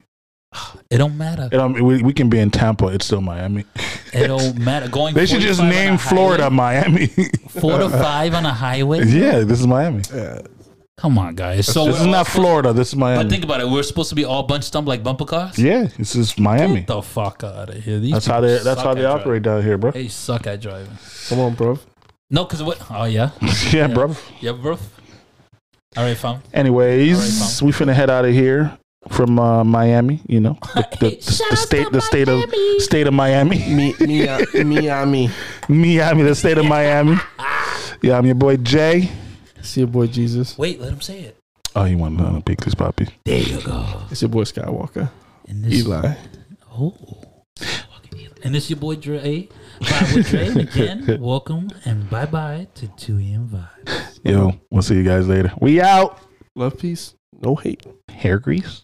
B: it don't matter.
C: And, um, we, we can be in Tampa. It's still Miami.
B: It don't matter. Going
C: They should
B: 45
C: just
B: on a
C: name
B: highway-
C: Florida Miami.
B: four to five on a highway.
C: yeah, this is Miami.
A: Yeah.
B: Come on, guys. So
C: this
B: we're
C: is
B: all
C: not
B: supposed-
C: Florida. This is Miami.
B: But think about it. We're supposed to be all bunched up like bumper cars.
C: yeah, this is Miami.
B: Get the fuck out of here. These
C: That's how
B: people
C: they. That's
B: suck
C: how
B: at
C: they
B: driving.
C: operate down here, bro.
B: They suck at driving.
A: Come on, bro.
B: No, because what? Oh yeah,
C: yeah, bro.
B: yeah, bro. All right, fam.
C: Anyways, we finna head out of here from uh, Miami. You know, the, the, the, state, the state of state of Miami,
A: Me, me,
B: uh,
A: Miami.
C: Miami, the state of Miami. Yeah, I'm your boy Jay.
A: It's your boy Jesus.
B: Wait, let him say it.
C: Oh, you want to pick this puppy?
B: There you go.
A: It's your boy Skywalker.
B: And this,
A: Eli.
B: Oh. Fucking Eli. And this your boy Dre. Vibe with Dre. And again, welcome and bye bye to 2AM Vibe.
C: Yo, we'll see you guys later. We out.
A: Love, peace, no hate.
C: Hair grease.